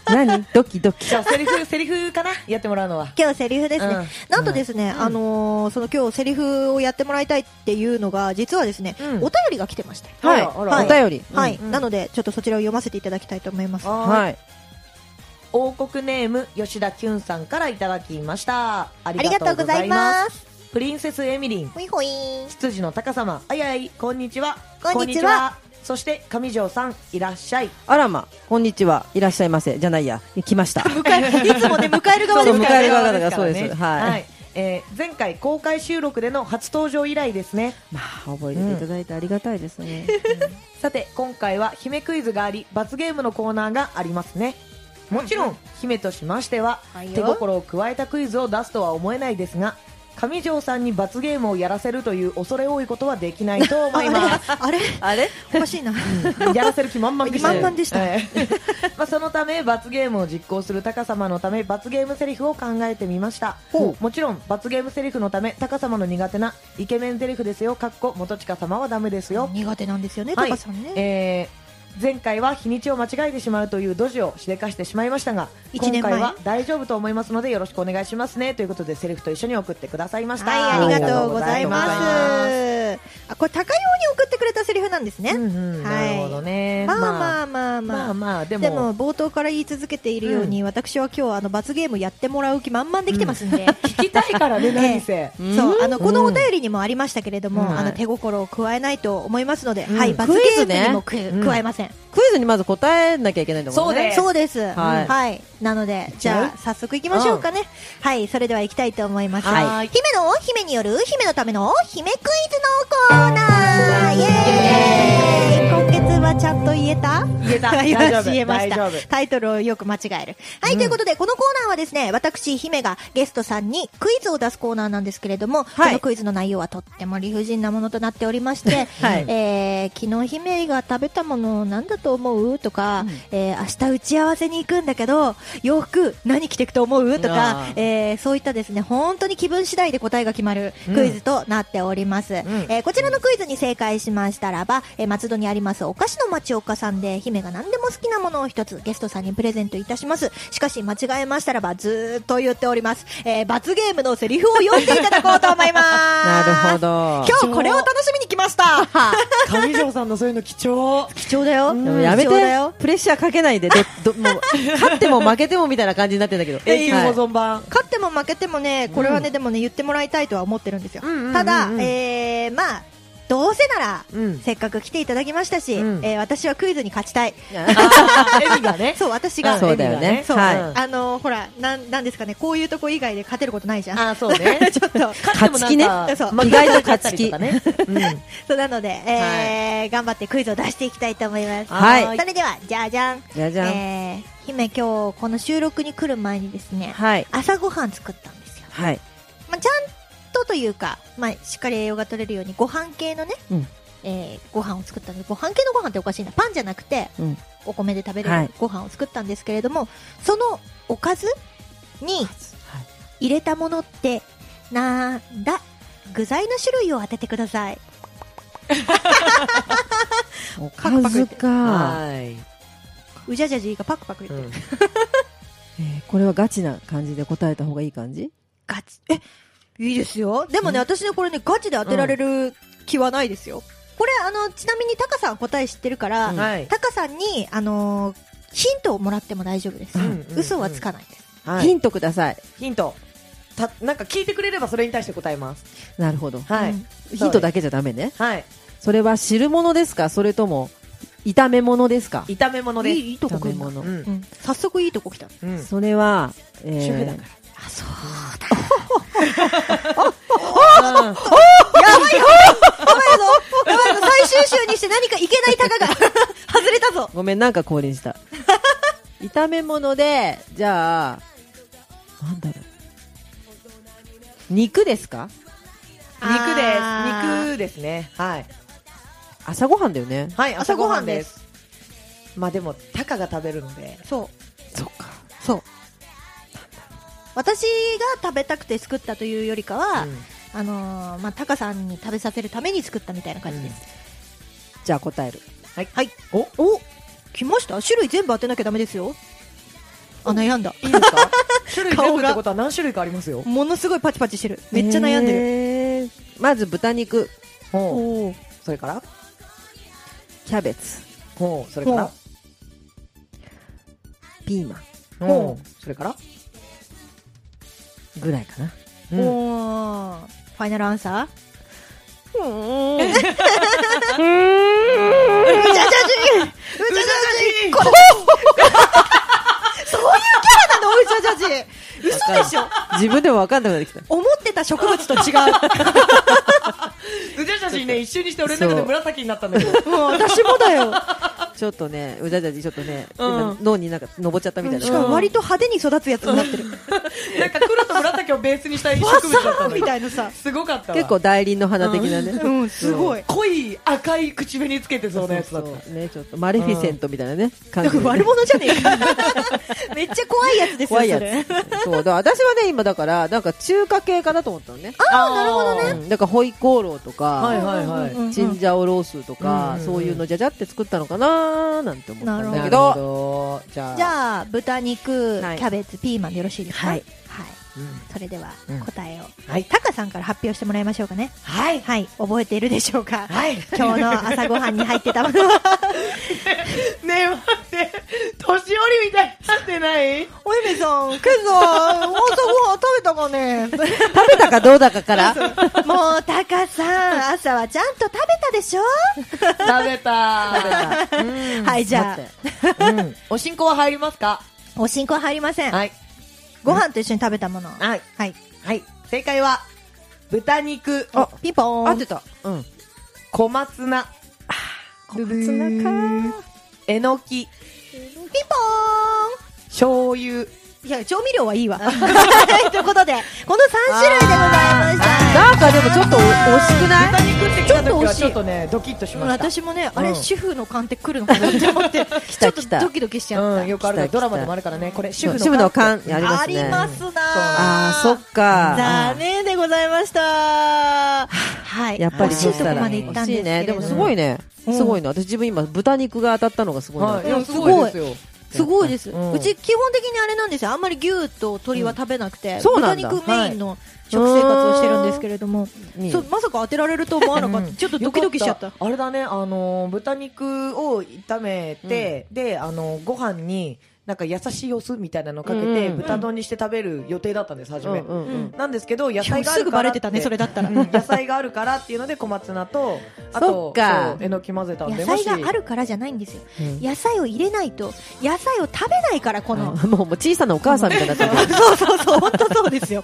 [SPEAKER 3] 何 ドキドキ
[SPEAKER 2] じゃあセリフセリフかなやってもらうのは
[SPEAKER 1] 今日セリフですね、
[SPEAKER 2] うん
[SPEAKER 1] なんとですね、あのーその今日セリフをやってもらいたいっていうのが実はですね、
[SPEAKER 2] うん
[SPEAKER 1] お便りが来てまして、
[SPEAKER 2] あ
[SPEAKER 3] はい、
[SPEAKER 2] らあら
[SPEAKER 3] お便り、うん
[SPEAKER 1] はい、なのでちょっとそちらを読ませていただきたいと思います
[SPEAKER 2] は
[SPEAKER 3] はいい、
[SPEAKER 2] 王国ネーム吉田きゅんさんからいただきましたあ
[SPEAKER 1] ありがとうございます
[SPEAKER 2] すプリンセスエミリン
[SPEAKER 1] ほいほいー
[SPEAKER 2] 羊の高様あやいこんにちは
[SPEAKER 1] こんにちは
[SPEAKER 2] そして上条さんいらっしゃい
[SPEAKER 3] あらまこんにちはいらっしゃいませじゃないや来 ました
[SPEAKER 1] いつもね迎える側
[SPEAKER 3] そ
[SPEAKER 1] で
[SPEAKER 3] う
[SPEAKER 1] す
[SPEAKER 3] 迎
[SPEAKER 1] か
[SPEAKER 3] え
[SPEAKER 1] ら
[SPEAKER 3] る
[SPEAKER 1] ね
[SPEAKER 3] 側だからそうですはい
[SPEAKER 2] えー前回公開収録での初登場以来ですね
[SPEAKER 3] まあ覚えていただいてありがたいですね、
[SPEAKER 2] さて今回は姫クイズがあり罰ゲームのコーナーがありますねもちろん姫としましては
[SPEAKER 1] はいよ
[SPEAKER 2] 手心を加えたクイズを出すとは思えないですが上条さんに罰ゲームをやらせるという恐れ多いことはできないと思 います
[SPEAKER 1] あれ
[SPEAKER 3] あれ
[SPEAKER 1] おかしいな。
[SPEAKER 2] やらせる気満々でしたよ
[SPEAKER 1] 満々でした
[SPEAKER 2] ええまあそのため罰ゲームを実行する高様のため罰ゲームセリフを考えてみました
[SPEAKER 3] ほ
[SPEAKER 2] もちろん罰ゲームセリフのため高様の苦手なイケメンセリフですよかっこ元近様はダメですよ
[SPEAKER 1] 苦手なんですよね、
[SPEAKER 2] はい
[SPEAKER 1] 高さんね。
[SPEAKER 2] えー前回は日にちを間違えてしまうというドジをしでかしてしまいましたが
[SPEAKER 1] 一年
[SPEAKER 2] 今
[SPEAKER 1] 前
[SPEAKER 2] 回は大丈夫と思いますのでよろしくお願いしますねということでセリフと一緒に送ってくださいました、
[SPEAKER 1] はい、ありがとうございま。
[SPEAKER 2] ありがとうございます
[SPEAKER 1] あ、これ高いように送ってくれたセリフなんですね。
[SPEAKER 2] うんうん
[SPEAKER 1] はい
[SPEAKER 2] なるほどね、
[SPEAKER 1] まあ
[SPEAKER 2] ま
[SPEAKER 1] ま
[SPEAKER 2] あ
[SPEAKER 1] あまあ
[SPEAKER 2] ま
[SPEAKER 1] ま
[SPEAKER 2] あ
[SPEAKER 1] あ。
[SPEAKER 2] まあでも
[SPEAKER 1] でも冒頭から言い続けているように、私は今日あの罰ゲームやってもらう気満々できてますんで、
[SPEAKER 2] 聞きたいからね何せ、
[SPEAKER 3] ん
[SPEAKER 1] そうあのこのお便りにもありましたけれども、
[SPEAKER 2] うん
[SPEAKER 1] あの手心を加えないと思いますので、
[SPEAKER 2] ん
[SPEAKER 1] はい罰ゲームにもく、
[SPEAKER 2] ズね
[SPEAKER 1] 加えません、
[SPEAKER 3] クイズにまず答えなきゃいけないんだもんね
[SPEAKER 2] そうです
[SPEAKER 1] そうです、は、
[SPEAKER 3] はいい
[SPEAKER 1] なのでじ
[SPEAKER 2] ちゃう
[SPEAKER 1] ゃあ早速いきましょうかね、はいそれではいきたいと思います、
[SPEAKER 2] はい
[SPEAKER 1] 姫の姫による姫のための姫クイズのコーナーイエーイ今月はちゃんと言ええた
[SPEAKER 2] 言えた
[SPEAKER 1] よ
[SPEAKER 2] 大丈
[SPEAKER 1] し
[SPEAKER 2] 夫
[SPEAKER 1] 言えまし
[SPEAKER 2] 大
[SPEAKER 1] た
[SPEAKER 2] 丈夫。
[SPEAKER 1] タイトルをよく間違える。はい、ということで、このコーナーはですね、私、姫がゲストさんにクイズを出すコーナーなんですけれど
[SPEAKER 3] は
[SPEAKER 1] も、
[SPEAKER 3] い
[SPEAKER 1] このクイズの内容はとっても理不尽なものとなっておりまして、
[SPEAKER 3] はい
[SPEAKER 1] えー昨日姫が食べたものなんだと思うとか、えー明日打ち合わせに行くんだけど、洋服何着てくと思うとか
[SPEAKER 3] あ、ー
[SPEAKER 1] えーそういったですね、本当に気分次第で答えが決まるクイズとなっております。えーこちらのクイズに正解しましたらば、えー松戸にありますお菓子の町岡さんで、姫が何でも好きなものを一つゲストさんにプレゼントいたします。しかし、間違えましたらば、ずーっと言っております。えー罰ゲームのセリフを読んでいただこうと思います。
[SPEAKER 3] なるほど。
[SPEAKER 1] 今日これを楽しみに来ました
[SPEAKER 2] 上条さんのそういうの貴重。
[SPEAKER 1] 貴重だよ。
[SPEAKER 3] でもやめ
[SPEAKER 1] 貴重だよ
[SPEAKER 3] て、プレッシャーかけないで、ど、 ど、もう、勝っても負けてもみたいな感じになってんだけど。
[SPEAKER 2] 永久
[SPEAKER 3] はい
[SPEAKER 2] 保存 版。
[SPEAKER 1] 勝っても負けてもね、これはね、でもね、言ってもらいたいとは思ってるんですよ。
[SPEAKER 3] うんうんうんうん
[SPEAKER 1] ただ、えー、まあ、どうせなら、
[SPEAKER 3] うん
[SPEAKER 1] せっかく来ていただきましたし、
[SPEAKER 3] うん
[SPEAKER 1] えー私はクイズに勝ちたい。
[SPEAKER 2] あーエミがね。
[SPEAKER 1] そう、私が。
[SPEAKER 3] そうだよね
[SPEAKER 1] そう
[SPEAKER 3] はい
[SPEAKER 1] あのーほら、なん、なんですかね、こういうとこ以外で勝てることないじ ゃん。
[SPEAKER 2] あー、そうね。
[SPEAKER 1] ちょっ と、
[SPEAKER 2] 勝ってもなんか
[SPEAKER 1] 勝ち気ねそう
[SPEAKER 2] まあ
[SPEAKER 3] 意外と勝ち気
[SPEAKER 2] とかね。うん
[SPEAKER 1] そうなので、えー頑張ってクイズを出していきたいと思います。
[SPEAKER 3] はい
[SPEAKER 1] それでは、じゃじゃん。
[SPEAKER 3] じゃじゃん
[SPEAKER 1] えー、姫今日、この収録に来る前にですね、
[SPEAKER 3] はい。
[SPEAKER 1] 朝ごはん作ったんですよ。
[SPEAKER 3] はい。
[SPEAKER 1] まあ、ちゃんとというか、まあ、しっかり栄養が取れるようにご飯系のね、
[SPEAKER 3] うん
[SPEAKER 1] えーご飯を作ったんでご飯系のご飯っておかしいなパンじゃなくて
[SPEAKER 3] うん。
[SPEAKER 1] お米で食べれ
[SPEAKER 3] は
[SPEAKER 1] る
[SPEAKER 3] い
[SPEAKER 1] ご飯を作ったんですけれども、そのおかずに入れたものってなんだ具材の種類を当ててください
[SPEAKER 3] お
[SPEAKER 1] パ
[SPEAKER 3] か
[SPEAKER 1] クパクいっ
[SPEAKER 3] ず
[SPEAKER 1] て
[SPEAKER 3] か。
[SPEAKER 2] は
[SPEAKER 1] うじゃじゃじいがパクパク
[SPEAKER 2] い。う
[SPEAKER 1] 言って、
[SPEAKER 2] ん
[SPEAKER 3] えーこれはガチな感じで答えた方がいい感じ
[SPEAKER 1] ガチえいいですよでもね、私ねこれねガチで当てられる気はないですよ、これあのちなみにタカさん答え知ってるから、
[SPEAKER 2] はい。
[SPEAKER 1] タカさんに、あのーヒントをもらっても大丈夫です。
[SPEAKER 3] うん
[SPEAKER 2] うん
[SPEAKER 1] 嘘はつかないです。
[SPEAKER 2] はい
[SPEAKER 3] ヒントください。
[SPEAKER 2] ヒント。た、なんか聞いてくれればそれに対して答えます。
[SPEAKER 3] なるほど。
[SPEAKER 2] は
[SPEAKER 1] う
[SPEAKER 2] い
[SPEAKER 1] ん。
[SPEAKER 3] ヒントだけじゃダメね。
[SPEAKER 2] はい。
[SPEAKER 3] それは汁物ですかそれとも、炒め物ですか
[SPEAKER 2] 炒め物です。
[SPEAKER 1] いいいいとこ来る
[SPEAKER 3] 炒
[SPEAKER 1] な
[SPEAKER 3] め物
[SPEAKER 2] うん
[SPEAKER 1] うん早速いいとこ来た。
[SPEAKER 2] うん
[SPEAKER 3] それは、え
[SPEAKER 2] 主婦だか
[SPEAKER 3] ー、
[SPEAKER 1] あ、そうだ。
[SPEAKER 2] ら。うん
[SPEAKER 1] やばいぞ最終週にして何かいけないタカが 外れたぞ。
[SPEAKER 3] ごめん、なんか降臨した。炒め物で、じゃあ、なんだろう。肉ですか
[SPEAKER 2] 肉です
[SPEAKER 1] あー。
[SPEAKER 2] 肉ですね。はい。
[SPEAKER 3] 朝ごはんだよね。
[SPEAKER 2] はい、
[SPEAKER 1] 朝
[SPEAKER 2] 朝
[SPEAKER 1] ご
[SPEAKER 2] ご
[SPEAKER 1] は
[SPEAKER 2] は
[SPEAKER 1] ん
[SPEAKER 2] ん
[SPEAKER 1] で
[SPEAKER 2] です。まあでも、タカが食べるので。
[SPEAKER 1] そう。
[SPEAKER 3] そっか。
[SPEAKER 1] そう。私が食べたくて作ったというよりかは、
[SPEAKER 2] うん
[SPEAKER 1] あのーまあ、タカさんに食べさせるために作ったみたいな感じです。
[SPEAKER 3] じゃあ答える。
[SPEAKER 2] はい。はい。お
[SPEAKER 1] お来ました種類全部当てなきゃダメですよ。あ、悩んだ。
[SPEAKER 2] いいですか種類全
[SPEAKER 1] 顔
[SPEAKER 2] 部
[SPEAKER 1] が
[SPEAKER 2] ってことは何種類かありますよ。
[SPEAKER 1] ものすごいパチパチしてる。めっちゃ悩んでる。
[SPEAKER 3] る。まず豚肉、
[SPEAKER 2] ほう。
[SPEAKER 1] おー
[SPEAKER 2] それから
[SPEAKER 3] キャベツ、
[SPEAKER 2] ほう。それから
[SPEAKER 3] ピーマン
[SPEAKER 2] ほう。それから
[SPEAKER 3] ぐらいかな。
[SPEAKER 2] うん
[SPEAKER 1] おーファイナルアンサーうーん。うじゃじゃじうじゃじゃじこそういうキャラなのうじゃじゃじ嘘でしょ
[SPEAKER 3] 自分でも分かんなくなってきた。
[SPEAKER 1] 思ってた植物と違う。
[SPEAKER 2] うじゃじゃしね、一瞬にして俺の中で紫になったんだけど。
[SPEAKER 1] もう私もだよ。
[SPEAKER 3] ちょっとね、うじゃじゃじちょっとね、
[SPEAKER 2] うん
[SPEAKER 3] 今脳になんか登っちゃったみたいな。
[SPEAKER 1] しかも割と派手に育つやつになってる。
[SPEAKER 2] なんか黒と紫をベースにした植
[SPEAKER 1] わ
[SPEAKER 2] 物だっ
[SPEAKER 1] さ
[SPEAKER 2] たの
[SPEAKER 1] ーみたいなさ。
[SPEAKER 2] すごかったわ
[SPEAKER 3] 結構大輪の花的なね。
[SPEAKER 1] うん、すごい。
[SPEAKER 2] 濃い赤い口紅つけてそうなやつだった
[SPEAKER 3] そうね、ちょっとマレフィセントみたいなね、感
[SPEAKER 1] だ
[SPEAKER 3] じ
[SPEAKER 1] か
[SPEAKER 3] で
[SPEAKER 1] ら悪者じゃねえか。めっちゃ怖いやつですよ、
[SPEAKER 3] 怖いや
[SPEAKER 1] そ
[SPEAKER 3] つ
[SPEAKER 1] れ。。
[SPEAKER 3] そう、だから私はね、今だから、なんか中華系かなと思ったのね。
[SPEAKER 2] ああなるほど
[SPEAKER 3] うんだから、ホイコーローとか、
[SPEAKER 2] はいはいはい
[SPEAKER 1] うんうんうん
[SPEAKER 3] チンジャオロースとか、
[SPEAKER 2] うんうん
[SPEAKER 3] そういうのじゃじゃって作ったのかなーなんて思ったんだ
[SPEAKER 1] な
[SPEAKER 3] け
[SPEAKER 1] る
[SPEAKER 3] ど。
[SPEAKER 2] どじゃあ
[SPEAKER 1] じゃあ豚肉、
[SPEAKER 3] はい
[SPEAKER 1] キャベツピーマンでよろしいですか
[SPEAKER 3] はい、
[SPEAKER 1] はい
[SPEAKER 2] うん
[SPEAKER 1] それでは
[SPEAKER 2] うん
[SPEAKER 1] 答えを、
[SPEAKER 2] はい
[SPEAKER 1] タカさんから発表してもらいましょうかね
[SPEAKER 2] はい
[SPEAKER 1] はい覚えているでしょうか、
[SPEAKER 2] はい
[SPEAKER 1] 今日の朝ごはんに入ってたもの
[SPEAKER 2] ねえ待って年寄りみたいになってない
[SPEAKER 1] おゆめさん今朝朝ごはん食べたかね
[SPEAKER 3] 食べたかどうだかから。
[SPEAKER 1] もうタカさん朝はちゃんと食べたでしょ、
[SPEAKER 2] 食べた
[SPEAKER 1] はいじゃ
[SPEAKER 3] 待っ
[SPEAKER 1] あ
[SPEAKER 3] て
[SPEAKER 2] うんお進行は入りますか
[SPEAKER 1] お進行入りません、
[SPEAKER 2] はい
[SPEAKER 1] ご飯と一緒に食べたものは
[SPEAKER 2] はい
[SPEAKER 1] い
[SPEAKER 2] はい正解は豚肉
[SPEAKER 3] あ
[SPEAKER 1] ピンポ
[SPEAKER 3] 合
[SPEAKER 1] ー
[SPEAKER 3] っ
[SPEAKER 1] ン
[SPEAKER 3] てた。うん。
[SPEAKER 2] 小松菜
[SPEAKER 3] 小松菜か
[SPEAKER 2] えのき、
[SPEAKER 1] ピンポーン
[SPEAKER 2] 醤油。
[SPEAKER 1] いや、調味料はいいわ。という ことで、この3種類でございました。
[SPEAKER 3] なんかでもちょっとお惜しくない
[SPEAKER 2] 豚肉って来た
[SPEAKER 1] ちょっ
[SPEAKER 2] 時
[SPEAKER 1] と惜
[SPEAKER 2] は
[SPEAKER 1] しい
[SPEAKER 2] ちょっとね、ドキッとしました。
[SPEAKER 1] 私もね、あれ、
[SPEAKER 2] うん
[SPEAKER 1] 主婦の勘って来るのかなって思って、
[SPEAKER 3] 来
[SPEAKER 1] ち
[SPEAKER 3] た
[SPEAKER 1] ょっと
[SPEAKER 3] 来た
[SPEAKER 1] ドキドキしちゃった。
[SPEAKER 2] うん、よくあるから
[SPEAKER 3] 来た来た
[SPEAKER 2] ドラマでもあるからね、これ、主
[SPEAKER 3] そう
[SPEAKER 2] 婦の勘
[SPEAKER 3] 主婦の勘ありますね
[SPEAKER 1] な
[SPEAKER 3] ああそっか
[SPEAKER 1] 残念でございました。はい。
[SPEAKER 3] やっぱり
[SPEAKER 1] 惜しい
[SPEAKER 3] そ
[SPEAKER 1] と
[SPEAKER 3] した
[SPEAKER 1] こ
[SPEAKER 3] ら
[SPEAKER 1] まで行ったんですけれど
[SPEAKER 3] 惜しいねでもすごいね、
[SPEAKER 2] うん
[SPEAKER 3] すごいね私自分今豚肉が当たったのがすごいな、
[SPEAKER 2] はい、い
[SPEAKER 1] うん
[SPEAKER 2] や
[SPEAKER 1] す
[SPEAKER 2] す
[SPEAKER 1] ごい
[SPEAKER 2] ごいですよ。
[SPEAKER 1] すごいです、
[SPEAKER 2] うん
[SPEAKER 1] うち基本的にあれなんですよあんまり牛と鶏は食べなくて、
[SPEAKER 3] んそう
[SPEAKER 1] 豚
[SPEAKER 3] なんだ
[SPEAKER 1] 肉メインの食生活をしてるんですけれども、
[SPEAKER 3] うん
[SPEAKER 1] そうまさか当てられると思わなかった、
[SPEAKER 2] うん
[SPEAKER 1] ちょっとドキドキしちゃった
[SPEAKER 2] よかあれだね、あのー豚肉を炒めて、で、あのーご飯に、なんか優しいお酢みたいなのかけて、
[SPEAKER 3] うんうん
[SPEAKER 2] 豚丼にして食べる予定だったんです、初め。
[SPEAKER 3] うんうんうん
[SPEAKER 2] なんですけど、野
[SPEAKER 1] い
[SPEAKER 2] 菜
[SPEAKER 1] や
[SPEAKER 2] があ
[SPEAKER 1] す
[SPEAKER 2] る
[SPEAKER 1] ぐ
[SPEAKER 2] か
[SPEAKER 1] バレ
[SPEAKER 2] らって
[SPEAKER 1] た
[SPEAKER 2] て
[SPEAKER 1] ねそれだったら、
[SPEAKER 2] うん野菜があるからっていうので小松 菜とあ
[SPEAKER 3] そ
[SPEAKER 2] と
[SPEAKER 3] っか
[SPEAKER 2] そうえのき混ぜたんで
[SPEAKER 1] 野菜
[SPEAKER 2] もし
[SPEAKER 1] があるからじゃないんですよ、
[SPEAKER 3] うん
[SPEAKER 1] 野菜を入れないと野菜を食べないからこの、
[SPEAKER 3] もうもう小さなお母さんみたいになってる
[SPEAKER 1] そうそうそう本当そうですよ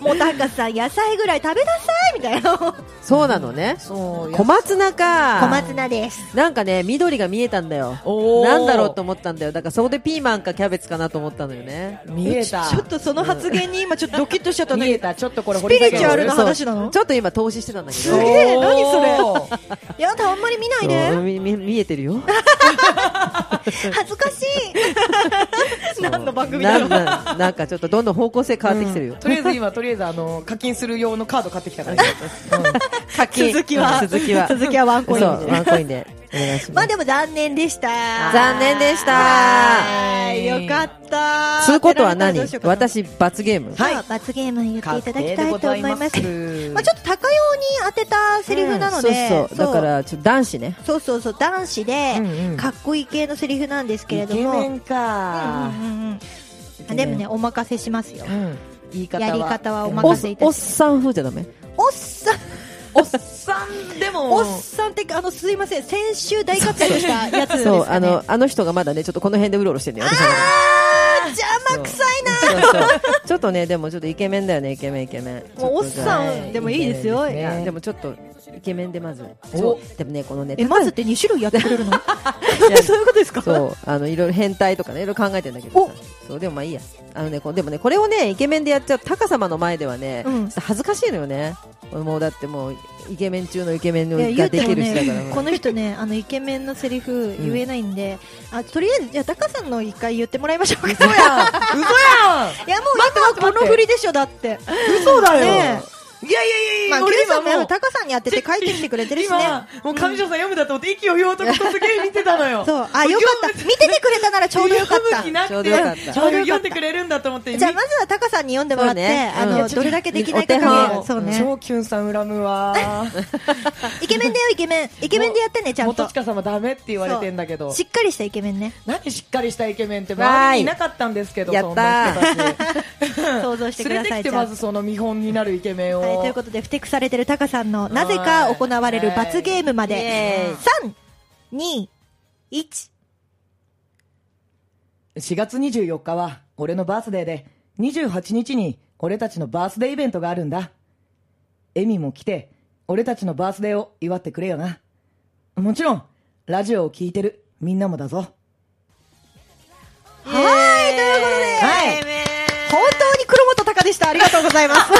[SPEAKER 1] もうなんかさ野菜ぐらい食べなさいみたいな小
[SPEAKER 3] そうなのね
[SPEAKER 2] そう
[SPEAKER 3] 小松菜か
[SPEAKER 1] 松菜です
[SPEAKER 3] なんかね緑が見えたんだよ
[SPEAKER 2] おー
[SPEAKER 3] なんだろうと思ったんだよだからそこでピーマンかキャベツかなと思ったのよね
[SPEAKER 2] 見えた
[SPEAKER 1] ちょっとその発言に今ちょっとドキッとしちゃった
[SPEAKER 2] 見え
[SPEAKER 1] ね
[SPEAKER 2] たちょっとこれ掘り下げ
[SPEAKER 1] スピリチュアルな話なの
[SPEAKER 3] そうちょっと今投資してたんだけ
[SPEAKER 1] すげ
[SPEAKER 3] ど
[SPEAKER 1] え何それ
[SPEAKER 2] おー
[SPEAKER 1] やだあんまり見ないで
[SPEAKER 3] そうみみ見えてるよ
[SPEAKER 1] 恥ずかしい 何の番組だ
[SPEAKER 3] な
[SPEAKER 1] ろ
[SPEAKER 3] ん
[SPEAKER 1] う
[SPEAKER 3] ななんかちょっとどんどん方向性変わってきてるよ、
[SPEAKER 2] とりあえず今とりあえずあの課金する用のカード買ってき たから、うん
[SPEAKER 3] 課金
[SPEAKER 1] 続きは
[SPEAKER 3] 続きは
[SPEAKER 1] 続きはワンコインで
[SPEAKER 3] そうワンコインでお願いし
[SPEAKER 1] ま
[SPEAKER 3] ま
[SPEAKER 1] あ
[SPEAKER 3] す
[SPEAKER 1] でも残念でした
[SPEAKER 3] 残念でした
[SPEAKER 1] はいよかった
[SPEAKER 3] つうことは何
[SPEAKER 1] 当てられたらどうし
[SPEAKER 3] 私
[SPEAKER 1] よ
[SPEAKER 3] 罰ゲーム
[SPEAKER 1] うかなさあ罰ゲーム言っていただきたいと思います
[SPEAKER 2] 確定でござい
[SPEAKER 1] まあ、ちょっと高用に当てたセリフなので、
[SPEAKER 3] そうそうだからちょっと男子ね
[SPEAKER 1] そうそうそう男子で、
[SPEAKER 2] うんうん
[SPEAKER 1] かっこいい系のセリフなんですけれども
[SPEAKER 2] イケメンか、
[SPEAKER 1] うんうんうんうんでもねお任せしますよ
[SPEAKER 2] うん言い方は
[SPEAKER 1] やり方はお
[SPEAKER 3] おっ
[SPEAKER 1] 任せいたし
[SPEAKER 3] お
[SPEAKER 1] ま
[SPEAKER 3] っ
[SPEAKER 1] す
[SPEAKER 3] さん風じゃダメ
[SPEAKER 1] おっさん
[SPEAKER 2] おっさんでも
[SPEAKER 1] おっさんってあのすいません先週大活躍したやつですか、ね、
[SPEAKER 3] そうあのあの人がまだねちょっとこの辺でうろうろしてるね私の
[SPEAKER 1] あー邪魔くさいな
[SPEAKER 3] そうそうちょっとねでもちょっとイケメンだよねイケメンイケメン
[SPEAKER 1] もうおっさんでもいいですよ
[SPEAKER 3] いやでもちょっとイケメンでまず
[SPEAKER 2] お
[SPEAKER 3] でもねこのね
[SPEAKER 1] えまずって2種類やってくれる のそういうことですか
[SPEAKER 3] そうあのいろいろ変態とかねいろいろ考えてんだけどさそうでもまあいいやあのねこうでもねこれをねイケメンでやっちゃうタカ様の前ではね、
[SPEAKER 1] うん
[SPEAKER 3] ちょっと恥ずかしいのよねもうだってもうイケメン中のイケメン
[SPEAKER 1] いや言
[SPEAKER 3] が
[SPEAKER 1] う
[SPEAKER 3] で
[SPEAKER 1] て
[SPEAKER 3] き
[SPEAKER 1] も
[SPEAKER 3] るしだから
[SPEAKER 1] ね、この人ね、あのイケメンのセリフ言えないんで、あとりあえず、じゃあ、タカさんの一回言ってもらいましょうか。い
[SPEAKER 2] 嘘やん
[SPEAKER 1] や、もう今はこの振りでしょ、だって。
[SPEAKER 2] 嘘だよ、
[SPEAKER 1] ね
[SPEAKER 2] いやいやいやい
[SPEAKER 1] ま
[SPEAKER 2] や、
[SPEAKER 1] あ、ケ
[SPEAKER 2] 俺
[SPEAKER 1] イさんもやっ
[SPEAKER 2] 今も
[SPEAKER 1] ぱ
[SPEAKER 2] う
[SPEAKER 1] タカさんにやってて帰ってきてくれてるしね。
[SPEAKER 2] 今もう上条さん読むだと思って息をひょうとことすげえ見てたのよ
[SPEAKER 1] そう、あ、よかった。見ててくれたならちょうどよかった。
[SPEAKER 2] 読
[SPEAKER 1] じ
[SPEAKER 2] む気なく
[SPEAKER 3] ち
[SPEAKER 2] て
[SPEAKER 3] ょうどよかった
[SPEAKER 2] ちょうど読んでくれるんだと思って
[SPEAKER 1] ゃあ、まずはタカさんに読んでもらって、
[SPEAKER 3] そうね
[SPEAKER 1] あ
[SPEAKER 3] うんい
[SPEAKER 1] の、
[SPEAKER 3] やちょっ
[SPEAKER 1] ど
[SPEAKER 3] と
[SPEAKER 1] れだけできないか
[SPEAKER 3] お手本
[SPEAKER 1] かそうね。
[SPEAKER 2] 超キュンさん恨むわー
[SPEAKER 1] イケメンだよ、イケメン。イケメンでやってね、ちゃん
[SPEAKER 2] 元
[SPEAKER 1] と。
[SPEAKER 2] 近様ダメって言われてんだけど
[SPEAKER 1] しっかりしたイケメンね。
[SPEAKER 2] 何しっかりしたイケメンって
[SPEAKER 3] わ
[SPEAKER 2] 周
[SPEAKER 3] ー
[SPEAKER 2] り
[SPEAKER 3] い
[SPEAKER 2] にいなかったんですけど
[SPEAKER 3] やったー
[SPEAKER 2] そんな人たち
[SPEAKER 1] 想像してく
[SPEAKER 2] 連
[SPEAKER 1] だ
[SPEAKER 2] れ
[SPEAKER 1] さい。
[SPEAKER 2] てきて
[SPEAKER 1] ちゃ
[SPEAKER 2] ま
[SPEAKER 1] んと
[SPEAKER 2] ずその見本になるイケメンを、
[SPEAKER 1] はい、ということで、ふてくされてるタカさんの、なぜか行われる罰ゲームま
[SPEAKER 3] はいイ
[SPEAKER 1] で
[SPEAKER 3] エ、
[SPEAKER 1] 3、2、1。
[SPEAKER 2] 4月24日は俺のバースデーで28日に俺たちのバースデーイベントがあるんだエミも来て俺たちのバースデーを祝ってくれよなもちろんラジオを聞いてるみんなもだぞ
[SPEAKER 1] はい、ということで、
[SPEAKER 2] はい
[SPEAKER 1] 本当に黒本タカでした。ありがとうございます。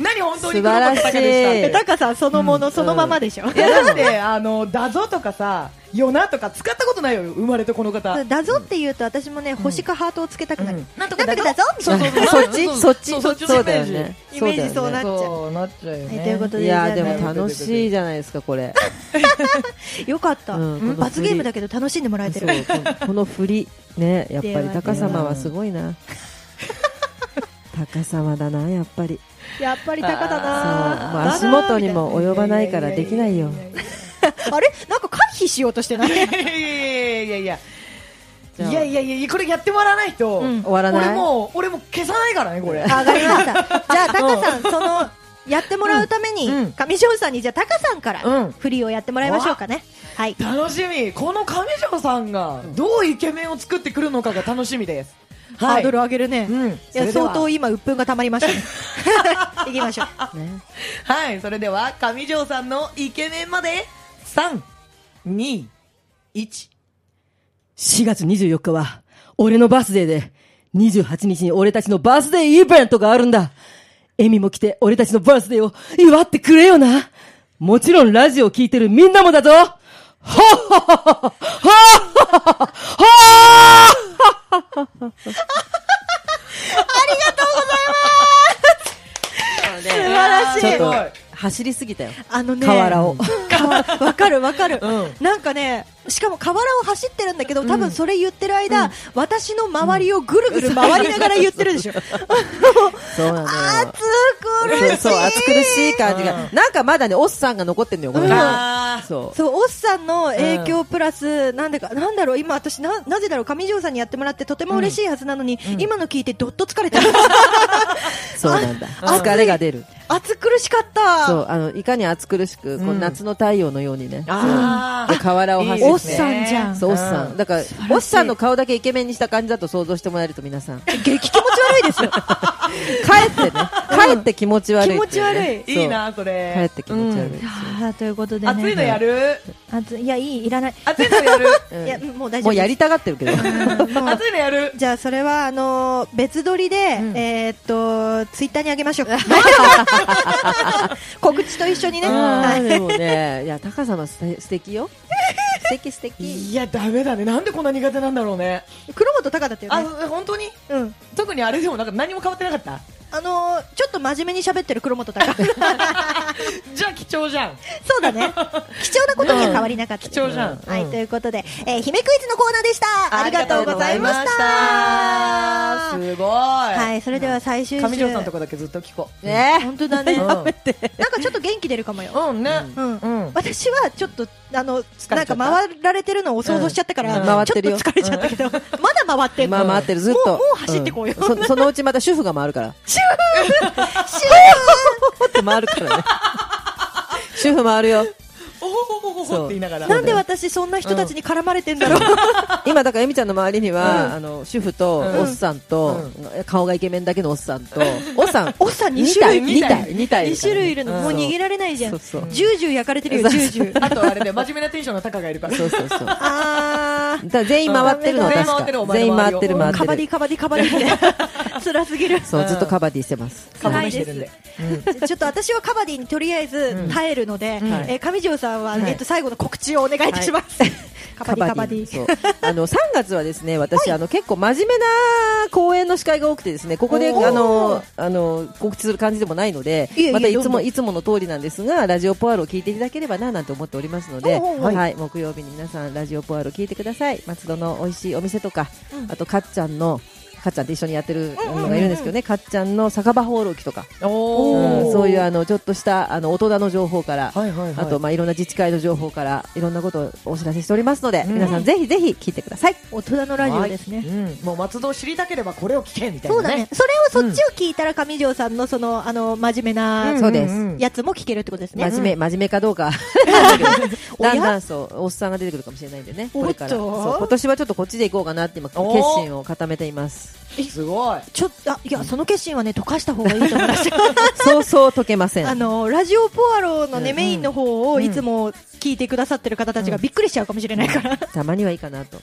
[SPEAKER 2] 何本当に
[SPEAKER 3] 素晴らしい
[SPEAKER 2] 黒子のバカで
[SPEAKER 1] えタカさんそのもの、そのままでしょ。
[SPEAKER 2] したいやだってあのだぞとかさよなとか使ったことないよ生まれてこの方
[SPEAKER 1] だぞって言うと私もね、星かハートをつけたくなる、なんとかだぞみた
[SPEAKER 2] そ
[SPEAKER 1] いな。
[SPEAKER 2] う
[SPEAKER 1] は
[SPEAKER 2] そ
[SPEAKER 1] いう
[SPEAKER 2] そ
[SPEAKER 3] そ
[SPEAKER 2] う
[SPEAKER 3] っちそっちそっ
[SPEAKER 2] そうそっ
[SPEAKER 3] ち
[SPEAKER 2] ち
[SPEAKER 3] そうだよね
[SPEAKER 1] イメージ
[SPEAKER 3] そ
[SPEAKER 1] そう
[SPEAKER 3] うだ
[SPEAKER 1] なっち
[SPEAKER 3] よね
[SPEAKER 1] ゃう。
[SPEAKER 2] そうなっちゃうよね
[SPEAKER 1] ということで、
[SPEAKER 3] いやで
[SPEAKER 1] じゃあね
[SPEAKER 3] も楽しいじゃないですかこれ
[SPEAKER 1] よかった、
[SPEAKER 3] うんこの
[SPEAKER 1] 罰ゲームだけど楽しんでもらえて
[SPEAKER 3] そ
[SPEAKER 1] る
[SPEAKER 3] う。ここの振りねやっぱ
[SPEAKER 1] では
[SPEAKER 3] り
[SPEAKER 1] では
[SPEAKER 3] 高様はすごいな高様だなやっぱり
[SPEAKER 1] やっぱりタカ
[SPEAKER 3] そ
[SPEAKER 1] だ
[SPEAKER 3] う
[SPEAKER 1] な
[SPEAKER 3] もう足元にも及ばないからできないよ
[SPEAKER 1] あれなんか回避しようとしてない
[SPEAKER 2] いやいやいやいやい
[SPEAKER 3] じゃあ
[SPEAKER 2] やいやいやいやいやこれやってもらわないと、
[SPEAKER 1] うん
[SPEAKER 3] 終わらない
[SPEAKER 2] 俺もう俺もう消さないからねこれ
[SPEAKER 1] あわかりましたじゃあタカさんそのやってもらうために、
[SPEAKER 2] うん
[SPEAKER 1] 上条さんにじゃあタカさんか
[SPEAKER 2] う
[SPEAKER 1] ら
[SPEAKER 2] ん
[SPEAKER 1] 振りをやってもらいましょうかね、はい
[SPEAKER 2] 楽しみこの上条さんがどうイケメンを作ってくるのかが楽しみです
[SPEAKER 1] ハードル
[SPEAKER 2] は
[SPEAKER 1] 上げるね、
[SPEAKER 2] うん
[SPEAKER 1] い
[SPEAKER 2] そ
[SPEAKER 1] や
[SPEAKER 2] れでは
[SPEAKER 1] 相当今鬱憤がたまりましたね行きましょう
[SPEAKER 3] ね
[SPEAKER 2] い、はい、それでは上条さんのイケメンまで321
[SPEAKER 4] 1。4月24日は、俺のバースデーで、28日に俺たちのバースデーイベントがあるんだ。エミも来て俺たちのバースデーを祝ってくれよな。もちろんラジオを聞いてるみんなもだぞはっはっはっはっはっはっはっは
[SPEAKER 3] 素晴
[SPEAKER 1] らしい
[SPEAKER 3] ちょっと走りすぎたよ
[SPEAKER 1] あのね、
[SPEAKER 4] 河原を。
[SPEAKER 1] かわわかるわかる、
[SPEAKER 2] う
[SPEAKER 1] なんかねしかも河原を走ってるんだけど多分それ言ってる間、私の周りをぐるぐる回りながら言ってるでしょ
[SPEAKER 3] そうなのよ
[SPEAKER 1] 暑苦し
[SPEAKER 3] そうそ
[SPEAKER 1] い
[SPEAKER 3] う暑苦しい感じが、なんかまだねおっさんが残ってんのよこれ、
[SPEAKER 1] うん
[SPEAKER 3] あーそう
[SPEAKER 1] そうおっさんの影響プラス、なんでかなんだろう今私ななぜだろう上条さんにやってもらってとても嬉しいはずなのに、今の聞いてどっと疲れた
[SPEAKER 3] そうなんだ
[SPEAKER 1] あ
[SPEAKER 3] 疲れが出る
[SPEAKER 1] 暑苦しかった
[SPEAKER 3] そうあのいかに暑苦しく、こう夏の太陽のようにね
[SPEAKER 2] あ
[SPEAKER 3] で河原を走って
[SPEAKER 1] おっさんじゃん
[SPEAKER 3] そうおっさん、だからおっさんの顔だけイケメンにした感じだと想像してもらえると皆さん帰
[SPEAKER 1] 激気持ち悪いです
[SPEAKER 3] っ
[SPEAKER 1] よ
[SPEAKER 3] てね 帰って気持ち悪いってうね、
[SPEAKER 1] 気
[SPEAKER 2] いいな、それ。
[SPEAKER 3] 帰って気持ち悪い、
[SPEAKER 1] あーということで、ね、
[SPEAKER 2] 暑いのやる
[SPEAKER 1] 暑いいやいいいらない
[SPEAKER 2] 暑いのや る
[SPEAKER 3] うん
[SPEAKER 1] いやもう大丈夫です
[SPEAKER 3] もうやりたがってるけど
[SPEAKER 1] もう
[SPEAKER 2] 暑いのやる
[SPEAKER 1] じゃあそれはあのー別撮りで、えーっとツイッターにあげ ましょう 告知と一緒にね、
[SPEAKER 3] あ
[SPEAKER 1] は
[SPEAKER 3] ー
[SPEAKER 1] い
[SPEAKER 3] でもね、いや、タカ様すて素敵 よ。素敵素敵。
[SPEAKER 2] いや、ダメだね。なんでこんな苦手なんだろうね。
[SPEAKER 1] 黒本高だったよ
[SPEAKER 2] あ、
[SPEAKER 1] ね
[SPEAKER 2] 本当に
[SPEAKER 1] うん
[SPEAKER 2] 特にあれでもなんか何も変わってなかった
[SPEAKER 1] あのーちょっと真面目に喋ってる黒本高
[SPEAKER 2] じゃあ貴重じゃん。
[SPEAKER 1] そうだね貴重なことには変わりなかった、
[SPEAKER 2] 貴重じゃん
[SPEAKER 1] はい
[SPEAKER 2] うん
[SPEAKER 1] ということで、えー姫クイズのコーナーでしたありがとうございました
[SPEAKER 2] ありがとうございましたすごい。
[SPEAKER 1] はいそれでは最終週
[SPEAKER 2] 上条さんとこだけずっと聞こう。
[SPEAKER 3] ね
[SPEAKER 1] 本当だね、
[SPEAKER 2] うん
[SPEAKER 1] なんかちょっと元気出るかもよ
[SPEAKER 2] うんね。
[SPEAKER 1] うん
[SPEAKER 2] うん
[SPEAKER 1] 私はちょっとあの
[SPEAKER 2] れちゃ
[SPEAKER 1] な
[SPEAKER 2] っ
[SPEAKER 1] んか
[SPEAKER 2] た
[SPEAKER 1] 回られてるのを想像しちゃったから、
[SPEAKER 3] うんうん回ってるよ
[SPEAKER 1] ちょっと疲れちゃったけど、まだ回ってん
[SPEAKER 3] ま
[SPEAKER 1] の
[SPEAKER 3] あ回ってる、ずっと。
[SPEAKER 1] もうもう走ってこうよ、
[SPEAKER 3] んそそ のうちまた主婦が回るから。
[SPEAKER 1] シ
[SPEAKER 3] ポって回るからね。 主婦回るよ。
[SPEAKER 2] おほほほほほって言いながら。
[SPEAKER 1] ューなんで私そんな人たちに絡まれてんだろう、
[SPEAKER 3] 今、だから、エミちゃんの周りには、あの、主婦と、
[SPEAKER 2] うん
[SPEAKER 3] おっさんと、顔がイケメンだけのおっさんと、おっさん、
[SPEAKER 1] おっさん2
[SPEAKER 3] 二
[SPEAKER 1] 種
[SPEAKER 3] 体、
[SPEAKER 1] 類み
[SPEAKER 3] 二
[SPEAKER 1] たい
[SPEAKER 3] 体、二体。
[SPEAKER 1] 2種類いる
[SPEAKER 3] う
[SPEAKER 1] の、
[SPEAKER 3] ん
[SPEAKER 1] もう逃げられないじゃん
[SPEAKER 3] そうそう
[SPEAKER 1] ジュージュー焼かれてるよジュー ジュー
[SPEAKER 2] あとあれで真面目なテンションの高がいるから。
[SPEAKER 3] そう そうそう。だか
[SPEAKER 1] あー
[SPEAKER 3] ら全員回ってるの、
[SPEAKER 2] うん
[SPEAKER 3] 確
[SPEAKER 2] 全員回ってる
[SPEAKER 3] か。
[SPEAKER 2] お前
[SPEAKER 3] 全員
[SPEAKER 2] の
[SPEAKER 3] 回
[SPEAKER 2] 周り
[SPEAKER 3] っ
[SPEAKER 2] を
[SPEAKER 3] てる、回って
[SPEAKER 1] カ
[SPEAKER 3] る。
[SPEAKER 1] バディカバディカバディっ て辛すぎる
[SPEAKER 3] そう、ずっとカバディしてます。
[SPEAKER 2] カバディしてるんで。
[SPEAKER 1] ちょっと私はカバディにとりあえず耐えるので、
[SPEAKER 3] はい
[SPEAKER 1] えー上条さんは、
[SPEAKER 3] はい
[SPEAKER 1] えっと最後の告知をお願いいたします、 カバディカバディ
[SPEAKER 3] そうあの3月はですね私、あの結構真面目な公演の司会が多くてですねここで
[SPEAKER 1] おー
[SPEAKER 3] あのあの告知する感じでもないので
[SPEAKER 1] いえいえ
[SPEAKER 3] またいつ
[SPEAKER 1] どんど
[SPEAKER 3] も
[SPEAKER 1] ん
[SPEAKER 3] いつもの通りなんですがラジオポアロを聞いていただければななんて思っておりますので、
[SPEAKER 1] おうおうおう
[SPEAKER 3] はい木曜日に皆さんラジオポアロ聞いてください松戸の美味しいお店とか、あとかっちゃんのかっちゃんと一緒にやってるのがいるんですけどね、かっちゃんの酒場放浪記とか、うんそういうあのちょっとしたあの大人の情報から、
[SPEAKER 2] はいはいはい
[SPEAKER 3] あとまあいろんな自治会の情報からいろんなことをお知らせしておりますので、皆さんぜひぜひ聞いてください。
[SPEAKER 1] 大人のラジオですね、
[SPEAKER 2] うん。もう松戸を知りたければこれを聞けみたいな。
[SPEAKER 1] そうだね。。それをそっちを聞いたら上条さんのそのあの真面目
[SPEAKER 3] うん
[SPEAKER 1] な
[SPEAKER 3] そうです
[SPEAKER 2] ん
[SPEAKER 1] やつも聞けるってことですね。
[SPEAKER 3] 真面目、真面目かどう
[SPEAKER 1] 。
[SPEAKER 3] か
[SPEAKER 1] おや
[SPEAKER 3] だんだんそう、おっさんが出てくるかもしれないんでね。これから。
[SPEAKER 1] おっと
[SPEAKER 3] そう今年はちょっとこっちで行こうかなって今、決
[SPEAKER 2] おー
[SPEAKER 3] 心を固めています。
[SPEAKER 2] すごい。、
[SPEAKER 1] ちょっとあいやその決心はね溶かした方がいいと思います。
[SPEAKER 3] そうそう解けません。
[SPEAKER 1] あのラジオポアロのね、メインの方をいつも聞いてくださってる方たちがびっくりしちゃうかもしれないから。
[SPEAKER 3] たまにはいいかなと。ね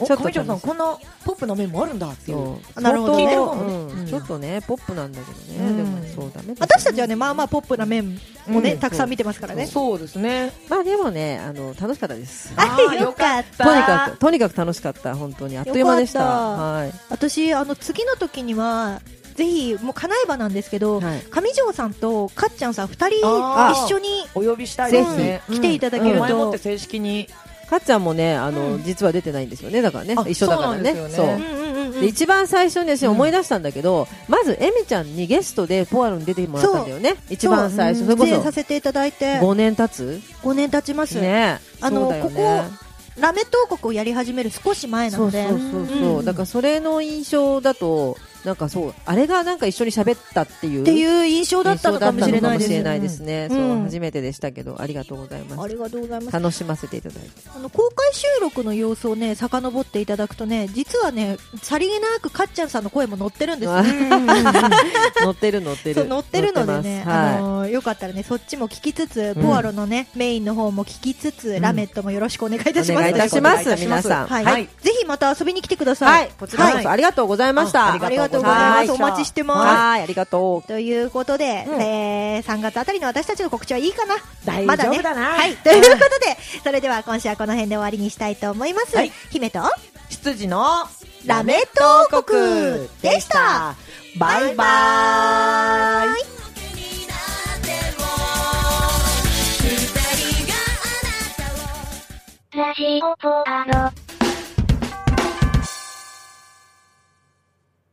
[SPEAKER 2] お
[SPEAKER 3] ちょっ
[SPEAKER 2] 上条さん、
[SPEAKER 3] と。
[SPEAKER 2] こんなポップな面もあるんだっていう
[SPEAKER 3] そ。う
[SPEAKER 1] なるほどね
[SPEAKER 3] 相当うんちょっとね、ポップなんだけどね、
[SPEAKER 2] うん
[SPEAKER 3] でもそうダメだ
[SPEAKER 1] 私たちはねまあまあポップな面をね、
[SPEAKER 2] うん
[SPEAKER 1] たくさん見てますからね。
[SPEAKER 2] そうですね。
[SPEAKER 3] まあでもね、あの楽しかったです。
[SPEAKER 1] あ
[SPEAKER 2] あー
[SPEAKER 1] よかった
[SPEAKER 3] とにかくとにかく楽しかった本当にあっという間でした
[SPEAKER 1] よかった
[SPEAKER 3] はい
[SPEAKER 1] 私あの次の時には。ぜひもう叶えばなんですけど、
[SPEAKER 3] はい
[SPEAKER 1] 上条さんとかっちゃんさん二人
[SPEAKER 2] あー
[SPEAKER 1] 一緒に
[SPEAKER 2] お呼びしたいです
[SPEAKER 1] ぜ
[SPEAKER 2] ね。
[SPEAKER 1] ひ来ていただけると
[SPEAKER 2] うん前もって正式に。
[SPEAKER 3] かっちゃんもねあの、実は出てないんですよねだからね
[SPEAKER 2] あ
[SPEAKER 3] 一緒だからね
[SPEAKER 2] そうなんです
[SPEAKER 3] そ
[SPEAKER 2] よ
[SPEAKER 3] う
[SPEAKER 2] ね
[SPEAKER 1] うんうんうんうん
[SPEAKER 3] で一番最初に私思い出したんだけど、まずエミちゃんにゲストでポアロに出てもらったんだよね一番最初それこ
[SPEAKER 1] 出演さ
[SPEAKER 3] そ
[SPEAKER 1] せていただいて
[SPEAKER 3] 5年経つ
[SPEAKER 1] 5年経ちます、
[SPEAKER 3] ね
[SPEAKER 1] あの
[SPEAKER 3] そうだよね
[SPEAKER 1] こラメ東国をやり始める少し前な
[SPEAKER 3] そ
[SPEAKER 1] の
[SPEAKER 3] うそ
[SPEAKER 1] で
[SPEAKER 3] うそうそう、
[SPEAKER 1] うん
[SPEAKER 3] だからそれの印象だとなんかそうあれがなんか一緒に喋ったっていう
[SPEAKER 1] っていう印象だったのかもしれないです
[SPEAKER 3] 印象だったのかもしれないですね、
[SPEAKER 1] うん
[SPEAKER 3] そう初めてでしたけどありがとうございま
[SPEAKER 1] あ
[SPEAKER 3] す
[SPEAKER 1] りがとうございます
[SPEAKER 3] 楽しませていた だいて
[SPEAKER 1] あの公開収録の様子をね遡っていただくとね実はねさりげなくかっちゃんさんの声も載ってるんですよ
[SPEAKER 3] 乗ってる乗って
[SPEAKER 1] そう
[SPEAKER 3] る
[SPEAKER 1] 乗ってるので
[SPEAKER 3] 乗っ
[SPEAKER 1] ね、
[SPEAKER 3] てます
[SPEAKER 1] あ
[SPEAKER 3] は
[SPEAKER 1] のーよかったらねそっちも聞きつつ、
[SPEAKER 3] うん
[SPEAKER 1] ポアロのねメインの方も聞きつつ、ラメットもよろしくお願いいたします。
[SPEAKER 3] お願いいたします皆さん
[SPEAKER 1] はい、
[SPEAKER 3] はい
[SPEAKER 1] ぜひまた遊びに来てくだ
[SPEAKER 3] い、
[SPEAKER 1] さい。
[SPEAKER 3] はいこちらこそありがとうございました
[SPEAKER 1] ありがとうございます。お待ちしてま
[SPEAKER 3] はいありがと
[SPEAKER 1] す。ということで、えー、3月あたりの私たちの告知はいいかな
[SPEAKER 2] 大
[SPEAKER 1] まだ
[SPEAKER 2] 丈
[SPEAKER 1] ね
[SPEAKER 2] 夫だな、
[SPEAKER 1] はい。ということで、それでは今週はこの辺で終わりにしたいと思います。
[SPEAKER 2] はい
[SPEAKER 1] 姫と、
[SPEAKER 2] 執事の
[SPEAKER 1] ラメット王国でした。
[SPEAKER 2] バイバーイ
[SPEAKER 5] ラジオポアロ。